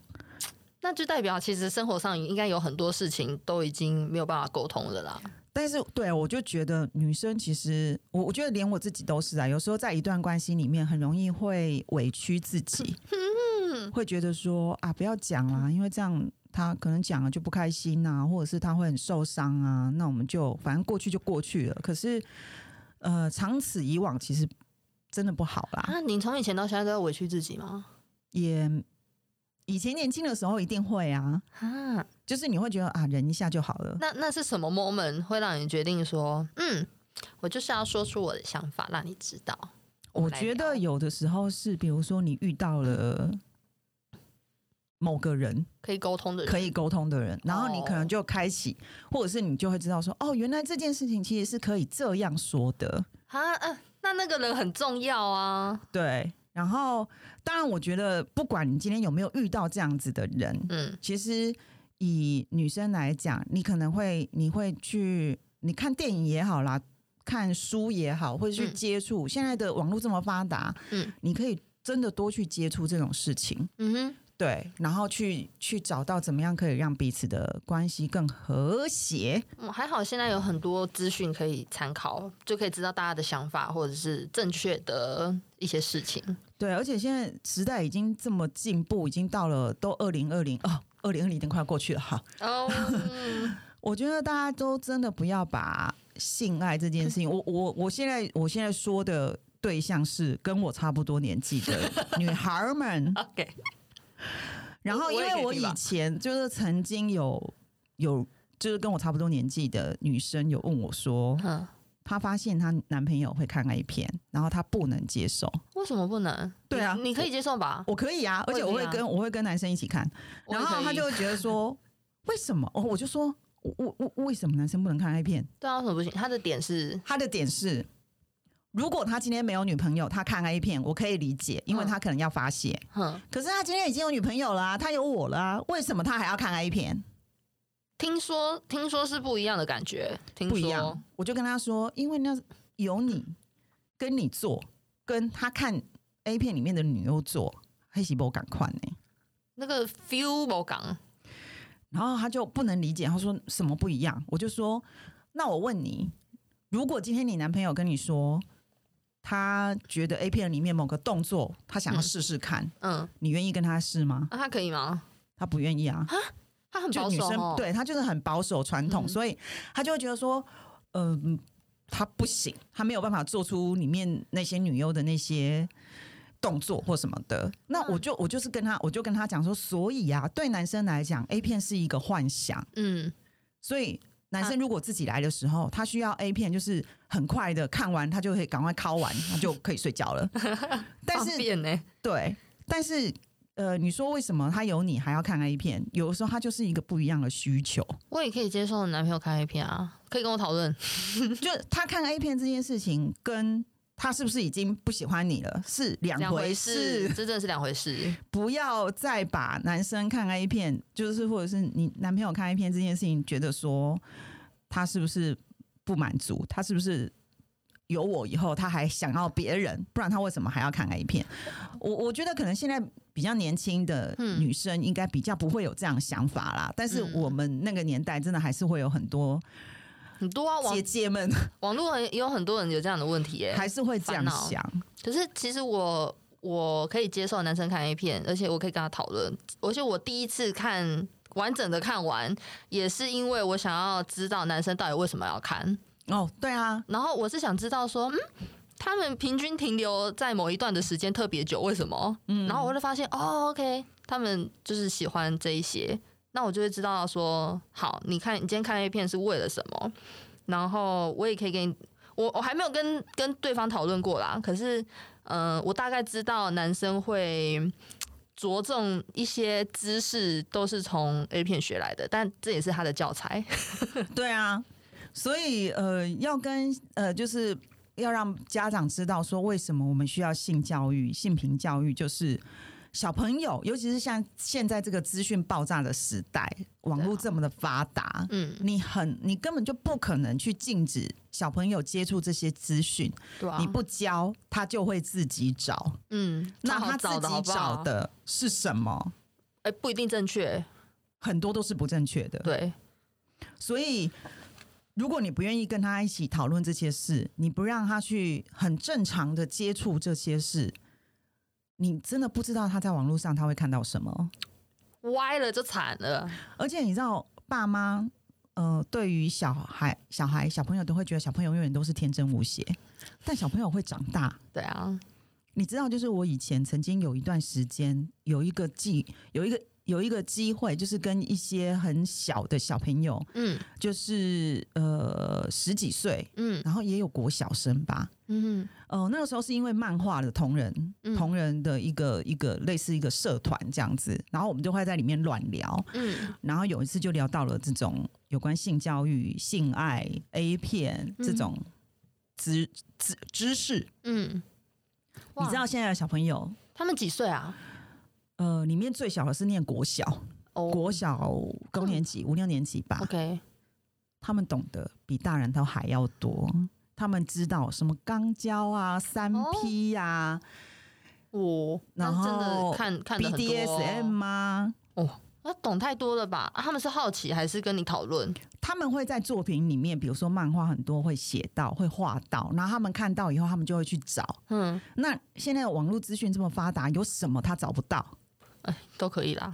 [SPEAKER 2] 那就代表其实生活上应该有很多事情都已经没有办法沟通了啦。
[SPEAKER 1] 但是，对啊我就觉得女生其实，我我觉得连我自己都是啊。有时候在一段关系里面，很容易会委屈自己，会觉得说啊，不要讲啦，因为这样他可能讲了就不开心啊，或者是他会很受伤啊。那我们就反正过去就过去了。可是，呃，长此以往，其实真的不好啦。
[SPEAKER 2] 啊，你从以前到现在都在委屈自己吗？
[SPEAKER 1] 也以前年轻的时候一定会啊，
[SPEAKER 2] 啊，
[SPEAKER 1] 就是你会觉得啊，忍一下就好了。
[SPEAKER 2] 那那是什么 moment 会让你决定说，嗯，我就是要说出我的想法，让你知道？
[SPEAKER 1] 我觉得有的时候是，比如说你遇到了某个人
[SPEAKER 2] 可以沟通的人，
[SPEAKER 1] 可以沟通的人，然后你可
[SPEAKER 2] 哦
[SPEAKER 1] 能就开启，或者是你就会知道说，哦，原来这件事情其实是可以这样说的，
[SPEAKER 2] 啊，啊，那那个人很重要啊，
[SPEAKER 1] 对。然后，当然，我觉得不管你今天有没有遇到这样子的人，
[SPEAKER 2] 嗯，
[SPEAKER 1] 其实以女生来讲，你可能会你会去你看电影也好啦，看书也好，或者去
[SPEAKER 2] 嗯
[SPEAKER 1] 接触、现在的网络这么发达，
[SPEAKER 2] 嗯
[SPEAKER 1] 嗯，你可以真的多去接触这种事情。
[SPEAKER 2] 嗯哼，
[SPEAKER 1] 对，然后去去找到怎么样可以让彼此的关系更和谐。
[SPEAKER 2] 嗯还好现在有很多资讯可以参考，就可以知道大家的想法或者是正确的一些事情。
[SPEAKER 1] 对，而且现在时代已经这么进步，已经到了都二零二零哦，二零二零已经快要过去了，好，
[SPEAKER 2] 哦，嗯
[SPEAKER 1] 我觉得大家都真的不要把性爱这件事 情，我我我现在我现在说的对象是跟我差不多年纪的女孩儿 们，
[SPEAKER 2] OK，
[SPEAKER 1] 然后因
[SPEAKER 2] 我也可以
[SPEAKER 1] 为我
[SPEAKER 2] 听吧
[SPEAKER 1] 以前就是曾经有有就是跟我差不多年纪的女生有问我说，
[SPEAKER 2] 嗯，
[SPEAKER 1] 她发现她男朋友会看 A 片，然后她不能接受，
[SPEAKER 2] 为什么不能？
[SPEAKER 1] 对啊
[SPEAKER 2] 你你可以接受吧？
[SPEAKER 1] 我可以啊，而且我
[SPEAKER 2] 我
[SPEAKER 1] 会
[SPEAKER 2] 也可以啊
[SPEAKER 1] 跟我会跟男生一起看，
[SPEAKER 2] 我也
[SPEAKER 1] 然后
[SPEAKER 2] 可
[SPEAKER 1] 她
[SPEAKER 2] 以
[SPEAKER 1] 就会觉得说， 为什么？哦，我就说。我我我为什么男生不能看 A 片？
[SPEAKER 2] 对啊，为什么不行？他的点是，
[SPEAKER 1] 他的点是，如果他今天没有女朋友，他看 A 片，我可以理解，
[SPEAKER 2] 嗯
[SPEAKER 1] 因为他可能要发泄。
[SPEAKER 2] 哼，
[SPEAKER 1] 可是他今天已经有女朋友了啊、他有我了啊、为什么他还要看 A 片？
[SPEAKER 2] 听说听说是不一样的感觉，听说
[SPEAKER 1] 不一样。我就跟他说，因为那有你跟你做，跟他看 A 片里面的女优做，黑喜波赶快呢。
[SPEAKER 2] 那个 feel 不港，
[SPEAKER 1] 然后他就不能理解，他说什么不一样？我就说，那我问你，如果今天你男朋友跟你说，他觉得 A 片里面某个动作，他想要
[SPEAKER 2] 嗯
[SPEAKER 1] 试试看，
[SPEAKER 2] 嗯，啊
[SPEAKER 1] 你愿意跟他试吗？
[SPEAKER 2] 那、他可以吗？
[SPEAKER 1] 他不愿意啊，
[SPEAKER 2] 他很
[SPEAKER 1] 就
[SPEAKER 2] 保
[SPEAKER 1] 女
[SPEAKER 2] 守
[SPEAKER 1] 生、
[SPEAKER 2] 哦，
[SPEAKER 1] 对他就是很保守传统，
[SPEAKER 2] 嗯
[SPEAKER 1] 所以他就会觉得说，嗯、他不行，他没有办法做出里面那些女优的那些动作或什么的。那
[SPEAKER 2] 嗯
[SPEAKER 1] 我就我就是跟他，我就跟他讲说，所以啊，对男生来讲，A 片是一个幻想，
[SPEAKER 2] 嗯，
[SPEAKER 1] 所以。男
[SPEAKER 2] 啊
[SPEAKER 1] 生如果自己来的时候，他需要 A 片，就是很快的看完，他就可以赶快敲完，他就可以睡觉 了。但
[SPEAKER 2] 方
[SPEAKER 1] 是
[SPEAKER 2] 便呢、
[SPEAKER 1] 对，但是呃，你说为什么他有你还要看 A 片？有的时候他就是一个不一样的需 求，
[SPEAKER 2] 我也可以接受男朋友看 A 片啊，可以跟我讨论。
[SPEAKER 1] 就是他看 A 片这件事情跟。他是不是已经不喜欢你了？是两回事
[SPEAKER 2] 这，真的是两回事。
[SPEAKER 1] 不要再把男生看 A 片，就是或者是你男朋友看 A 片这件事情，觉得说他是不是不满足，他是不是有我以后他还想要别人，不然他为什么还要看 A 片？我我觉得可能现在比较年轻的
[SPEAKER 2] 嗯
[SPEAKER 1] 女生应该比较不会有这样想法啦，但是
[SPEAKER 2] 嗯
[SPEAKER 1] 我们那个年代真的还是会有很多
[SPEAKER 2] 很多啊，
[SPEAKER 1] 姐
[SPEAKER 2] 网
[SPEAKER 1] 姐们
[SPEAKER 2] 网络很也有很多人有这样的问题耶、
[SPEAKER 1] 还是会这样
[SPEAKER 2] 烦恼
[SPEAKER 1] 想，
[SPEAKER 2] 可是其实我我可以接受男生看 A 片，而且我可以跟他讨论。而且我第一次看完整的看完，也是因为我想要知道男生到底为什么要看，
[SPEAKER 1] 哦，对啊，
[SPEAKER 2] 然后我是想知道说，嗯。他们平均停留在某一段的时间特别久，为什么？嗯，然后我就发现，哦，OK，他们就是喜欢这一些，那我就会知道说，好，你看你今天看 A 片是为了什么？然后我也可以给你，我我还没有跟跟对方讨论过啦，可是，嗯、我大概知道男生会嗯着重一些知识都是从 A 片学来的，但这也是他的教材。
[SPEAKER 1] 对啊，所以呃，要跟呃，就是要让家长知道说，为什么我们需要性教育、性平教育，就是。小朋友，尤其是像现在这个资讯爆炸的时代，网络这么的发达，
[SPEAKER 2] 嗯，
[SPEAKER 1] 你很你根本就不可能去禁止小朋友接触这些资讯。
[SPEAKER 2] 对啊，
[SPEAKER 1] 你不教，他就会自己找。
[SPEAKER 2] 嗯，
[SPEAKER 1] 那
[SPEAKER 2] 超
[SPEAKER 1] 他
[SPEAKER 2] 好
[SPEAKER 1] 自己
[SPEAKER 2] 好不好
[SPEAKER 1] 找的是什么？
[SPEAKER 2] 哎、不一定正确，
[SPEAKER 1] 很多都是不正确的。
[SPEAKER 2] 对，
[SPEAKER 1] 所以，如果你不愿意跟他一起讨论这些事，你不让他去很正常的接触这些事，你真的不知道他在网络上他会看到什么。
[SPEAKER 2] 歪了就惨了。
[SPEAKER 1] 而且你知道，爸妈呃，对于小孩、小孩、小朋友都会觉得小朋友永远都是天真无邪，但小朋友会长大。
[SPEAKER 2] 对啊，
[SPEAKER 1] 你知道，就是我以前曾经有一段时间有一个机有一个有一个机会，就是跟一些很小的小朋友，
[SPEAKER 2] 嗯
[SPEAKER 1] 就是呃十几岁，
[SPEAKER 2] 嗯
[SPEAKER 1] 然后也有国小生吧。
[SPEAKER 2] 嗯
[SPEAKER 1] 呃，那个时候是因为漫画的同人，
[SPEAKER 2] 嗯
[SPEAKER 1] 同人的一个一个类似一个社团这样子，然后我们就会在里面乱聊，
[SPEAKER 2] 嗯，
[SPEAKER 1] 然后有一次就聊到了这种有关性教育、性爱、A 片这种知知知识。
[SPEAKER 2] 嗯，
[SPEAKER 1] 你
[SPEAKER 2] 哇
[SPEAKER 1] 知道现在的小朋友，
[SPEAKER 2] 他们几岁啊？
[SPEAKER 1] 呃，里面最小的是念国小，
[SPEAKER 2] 哦、
[SPEAKER 1] 国小高年
[SPEAKER 2] 嗯
[SPEAKER 1] 级、五六年级吧
[SPEAKER 2] o，k
[SPEAKER 1] 他们懂得比大人都还要多，他们知道什么肛交啊、三
[SPEAKER 2] 哦
[SPEAKER 1] P 啊呀、
[SPEAKER 2] 我那
[SPEAKER 1] 然后
[SPEAKER 2] 真的看看的很多、
[SPEAKER 1] BDSM 啊，
[SPEAKER 2] 哦，那懂太多了吧、啊他们是好奇还是跟你讨论？
[SPEAKER 1] 他们会在作品里面，比如说漫画很多会写到、会画到，然后他们看到以后，他们就会去找。
[SPEAKER 2] 嗯
[SPEAKER 1] 那现在网络资讯这么发达，有什么他找不到？
[SPEAKER 2] 哎都可以啦。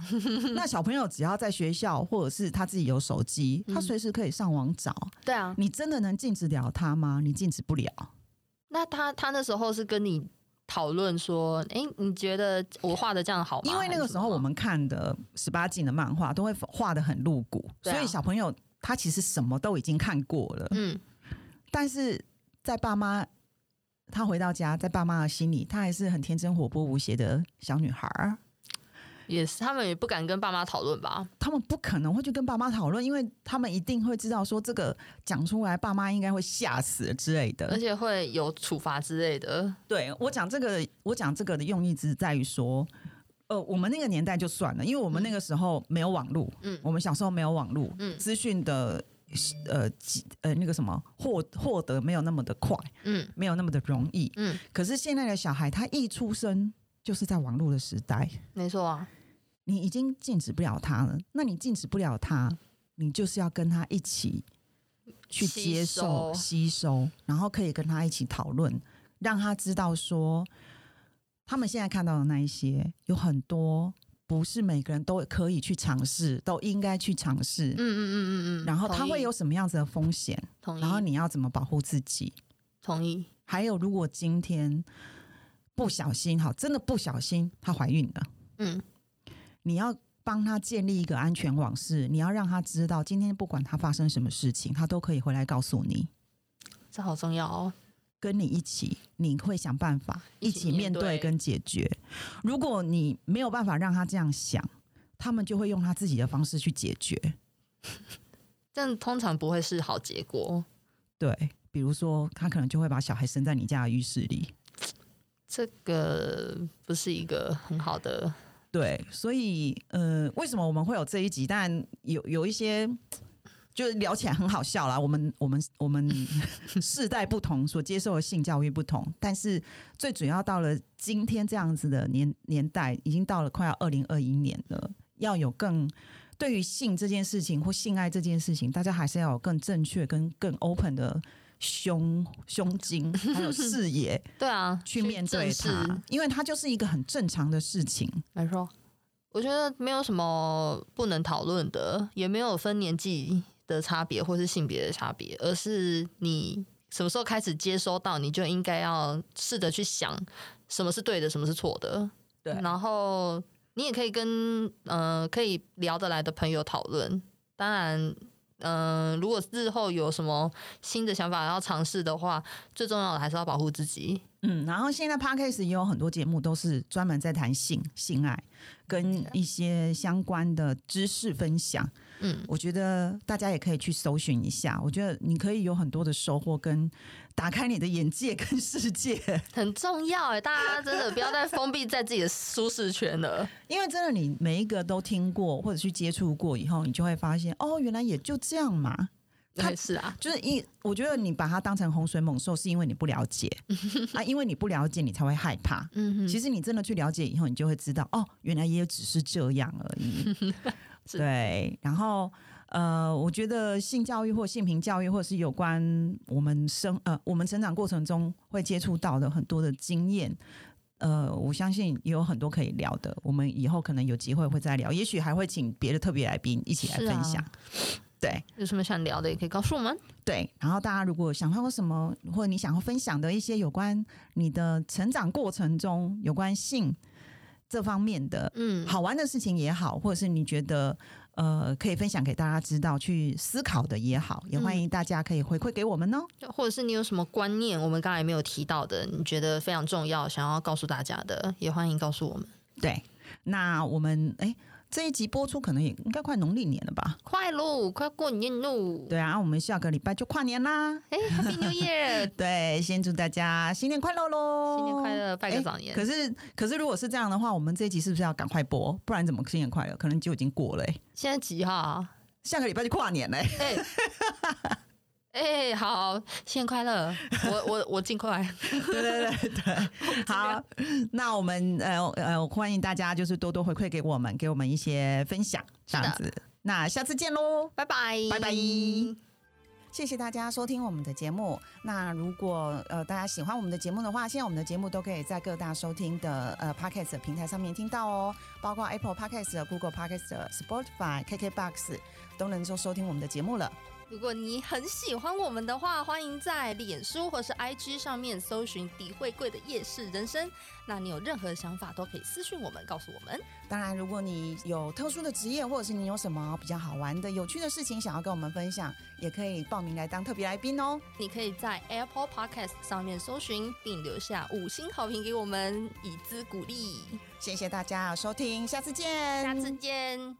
[SPEAKER 1] 那小朋友只要在学校或者是他自己有手机，他随时可以上网找。
[SPEAKER 2] 对啊，
[SPEAKER 1] 你真的能禁止了他吗？你禁止不了。
[SPEAKER 2] 那他他那时候是跟你讨论说，哎、你觉得我画的这样好吗？
[SPEAKER 1] 因为那个时候我们看的十八禁的漫画都会画的很露骨，
[SPEAKER 2] 对啊
[SPEAKER 1] 所以小朋友他其实什么都已经看过了，
[SPEAKER 2] 还是什么，嗯，
[SPEAKER 1] 但是在爸妈。他回到家，在爸妈的心里，她还是很天真、活泼、无邪的小女孩儿。
[SPEAKER 2] 也是，他们也不敢跟爸妈讨论吧？
[SPEAKER 1] 他们不可能会去跟爸妈讨论，因为他们一定会知道说这个讲出来，爸妈应该会吓死之类的
[SPEAKER 2] 而。且会有处罚之类的。
[SPEAKER 1] 对我讲这个，我讲这个的用意只是在于说，呃，我们那个年代就算了，因为我们那个时候没有网络，
[SPEAKER 2] 嗯
[SPEAKER 1] 我们小时候没有网络，
[SPEAKER 2] 嗯
[SPEAKER 1] 资讯的呃几呃那个什么获获得没有那么的快，
[SPEAKER 2] 嗯
[SPEAKER 1] 没有那么的容易。
[SPEAKER 2] 嗯，
[SPEAKER 1] 可是现在的小孩，他一出生就是在网络的时代，
[SPEAKER 2] 没错啊，
[SPEAKER 1] 你已经禁止不了他了。那你禁止不了他，你就是要跟他一起去
[SPEAKER 2] 吸
[SPEAKER 1] 接受、
[SPEAKER 2] 收
[SPEAKER 1] 吸收，然后可以跟他一起讨论，让他知道说，他们现在看到的那一些有很多不是每个人都可以去尝试，都应该去尝试。
[SPEAKER 2] 嗯嗯嗯嗯嗯，
[SPEAKER 1] 然后他
[SPEAKER 2] 同意
[SPEAKER 1] 会有什么样子的风险？
[SPEAKER 2] 同意，
[SPEAKER 1] 然后你要怎么保护自己？
[SPEAKER 2] 同意，
[SPEAKER 1] 还有，如果今天不小心，好，真的不小心她怀孕了，
[SPEAKER 2] 嗯
[SPEAKER 1] 你要帮她建立一个安全网是，你要让她知道，今天不管她发生什么事情，她都可以回来告诉你，
[SPEAKER 2] 这好重要哦。
[SPEAKER 1] 跟你一起，你会想办法
[SPEAKER 2] 一
[SPEAKER 1] 一
[SPEAKER 2] 起
[SPEAKER 1] 起面
[SPEAKER 2] 面对
[SPEAKER 1] 对跟解决。如果你没有办法让她这样想，他们就会用他自己的方式去解决。
[SPEAKER 2] 但通常不会是好结果，
[SPEAKER 1] 对，比如说，他可能就会把小孩生在你家的浴室里。
[SPEAKER 2] 这个不是一个很好的。
[SPEAKER 1] 对，所以呃，为什么我们会有这一集？但有有一些。就是聊起来很好笑啦，我们我们我们 世代不同，所接受的性教育不同，但是最主要到了今天这样子的年年代，已经到了快要二零二一年了，要有更对于性这件事情或性爱这件事情，大家还是要有更正确跟更 open 的胸胸襟还有视 野
[SPEAKER 2] 对啊，
[SPEAKER 1] 去面对
[SPEAKER 2] 正视
[SPEAKER 1] 它，因为它就是一个很正常的事情。
[SPEAKER 2] 没错，我觉得没有什么不能讨论的，也没有分年纪的差别或是性别的差别，而是你什么时候开始接收到，你就应该要试着去想什么是对的，什么是错的。
[SPEAKER 1] 对
[SPEAKER 2] 然后你也可以跟呃可以聊得来的朋友讨论。当然，嗯、如果日后有什么新的想法要尝试的话，最重要的还是要保护自己。
[SPEAKER 1] 嗯，然后现在 podcast 也有很多节目都是专门在谈性、性爱跟一些相关的知识分享。
[SPEAKER 2] 嗯，
[SPEAKER 1] 我觉得大家也可以去搜寻一下，我觉得你可以有很多的收获，跟打开你的眼界跟世界。
[SPEAKER 2] 很重要哎，大家真的不要再封闭在自己的舒适圈了。
[SPEAKER 1] 因为真的，你每一个都听过或者去接触过以后，你就会发现，哦，原来也就这样嘛。他
[SPEAKER 2] 对，是啊，
[SPEAKER 1] 就是一，我觉得你把它当成洪水猛兽，是因为你不了解啊，因为你不了解，你才会害怕。
[SPEAKER 2] 嗯哼，
[SPEAKER 1] 其实你真的去了解以后，你就会知道哦，原来也只是这样而已。
[SPEAKER 2] 是
[SPEAKER 1] 对，然后呃，我觉得性教育或性平教育，或者是有关我们生呃我们成长过程中会接触到的很多的经验。呃，我相信也有很多可以聊的，我们以后可能有机会会再聊，也许还会请别的特别来宾一起来
[SPEAKER 2] 是
[SPEAKER 1] 分
[SPEAKER 2] 啊
[SPEAKER 1] 享。对，
[SPEAKER 2] 有什么想聊的也可以告诉我们。
[SPEAKER 1] 对，然后大家如果想到什么，或者你想要分享的一些有关你的成长过程中有关性这方面的
[SPEAKER 2] 嗯，
[SPEAKER 1] 好玩的事情也好，或者是你觉得呃可以分享给大家知道去思考的也好，也
[SPEAKER 2] 嗯
[SPEAKER 1] 欢迎大家可以回馈给我们哦。
[SPEAKER 2] 或者是你有什么观念，我们刚才没有提到的，你觉得非常重要，想要告诉大家的，也欢迎告诉我们。
[SPEAKER 1] 对，那我们哎这一集播出可能也应该快农历年了吧？
[SPEAKER 2] 快喽，快过年喽！
[SPEAKER 1] 对啊，我们下个礼拜就跨年啦。
[SPEAKER 2] 哎，Happy New Year，
[SPEAKER 1] 对，先祝大家新年快乐喽！
[SPEAKER 2] 新年快乐，拜个早年。
[SPEAKER 1] 可是，可是如果是这样的话，我们这一集是不是要赶快播？不然怎么新年快乐？可能就已经过了、欸，
[SPEAKER 2] 现在几号啊？
[SPEAKER 1] 下个礼拜就跨年嘞、欸。
[SPEAKER 2] 哎哎，好，新年快乐！我我我尽快。
[SPEAKER 1] 对对对 对，好，那我们呃呃，欢迎大家就是多多回馈给我们，给我们一些分享，这样
[SPEAKER 2] 是
[SPEAKER 1] 子。那下次见喽。
[SPEAKER 2] 拜拜，
[SPEAKER 1] 拜拜谢谢大家收听我们的节目。那如果呃大家喜欢我们的节目的话，现在我们的节目都可以在各大收听的呃 podcast 的平台上面听到哦，包括 Apple Podcast、Google Podcast、Spotify、KKBox 都能够收听我们的节目了。
[SPEAKER 2] 如果你很喜欢我们的话，欢迎在脸书或是 IG 上面搜寻“底会贵的夜市人生”。那你有任何想法都可以私讯我们，告诉我们。
[SPEAKER 1] 当然，如果你有特殊的职业，或者是你有什么比较好玩的、有趣的事情想要跟我们分享，也可以报名来当特别来宾哦。
[SPEAKER 2] 你可以在 Apple Podcast 上面搜寻，并留下五星好评给我们，以资鼓励。
[SPEAKER 1] 谢谢大家的收听，下次见，
[SPEAKER 2] 下次见。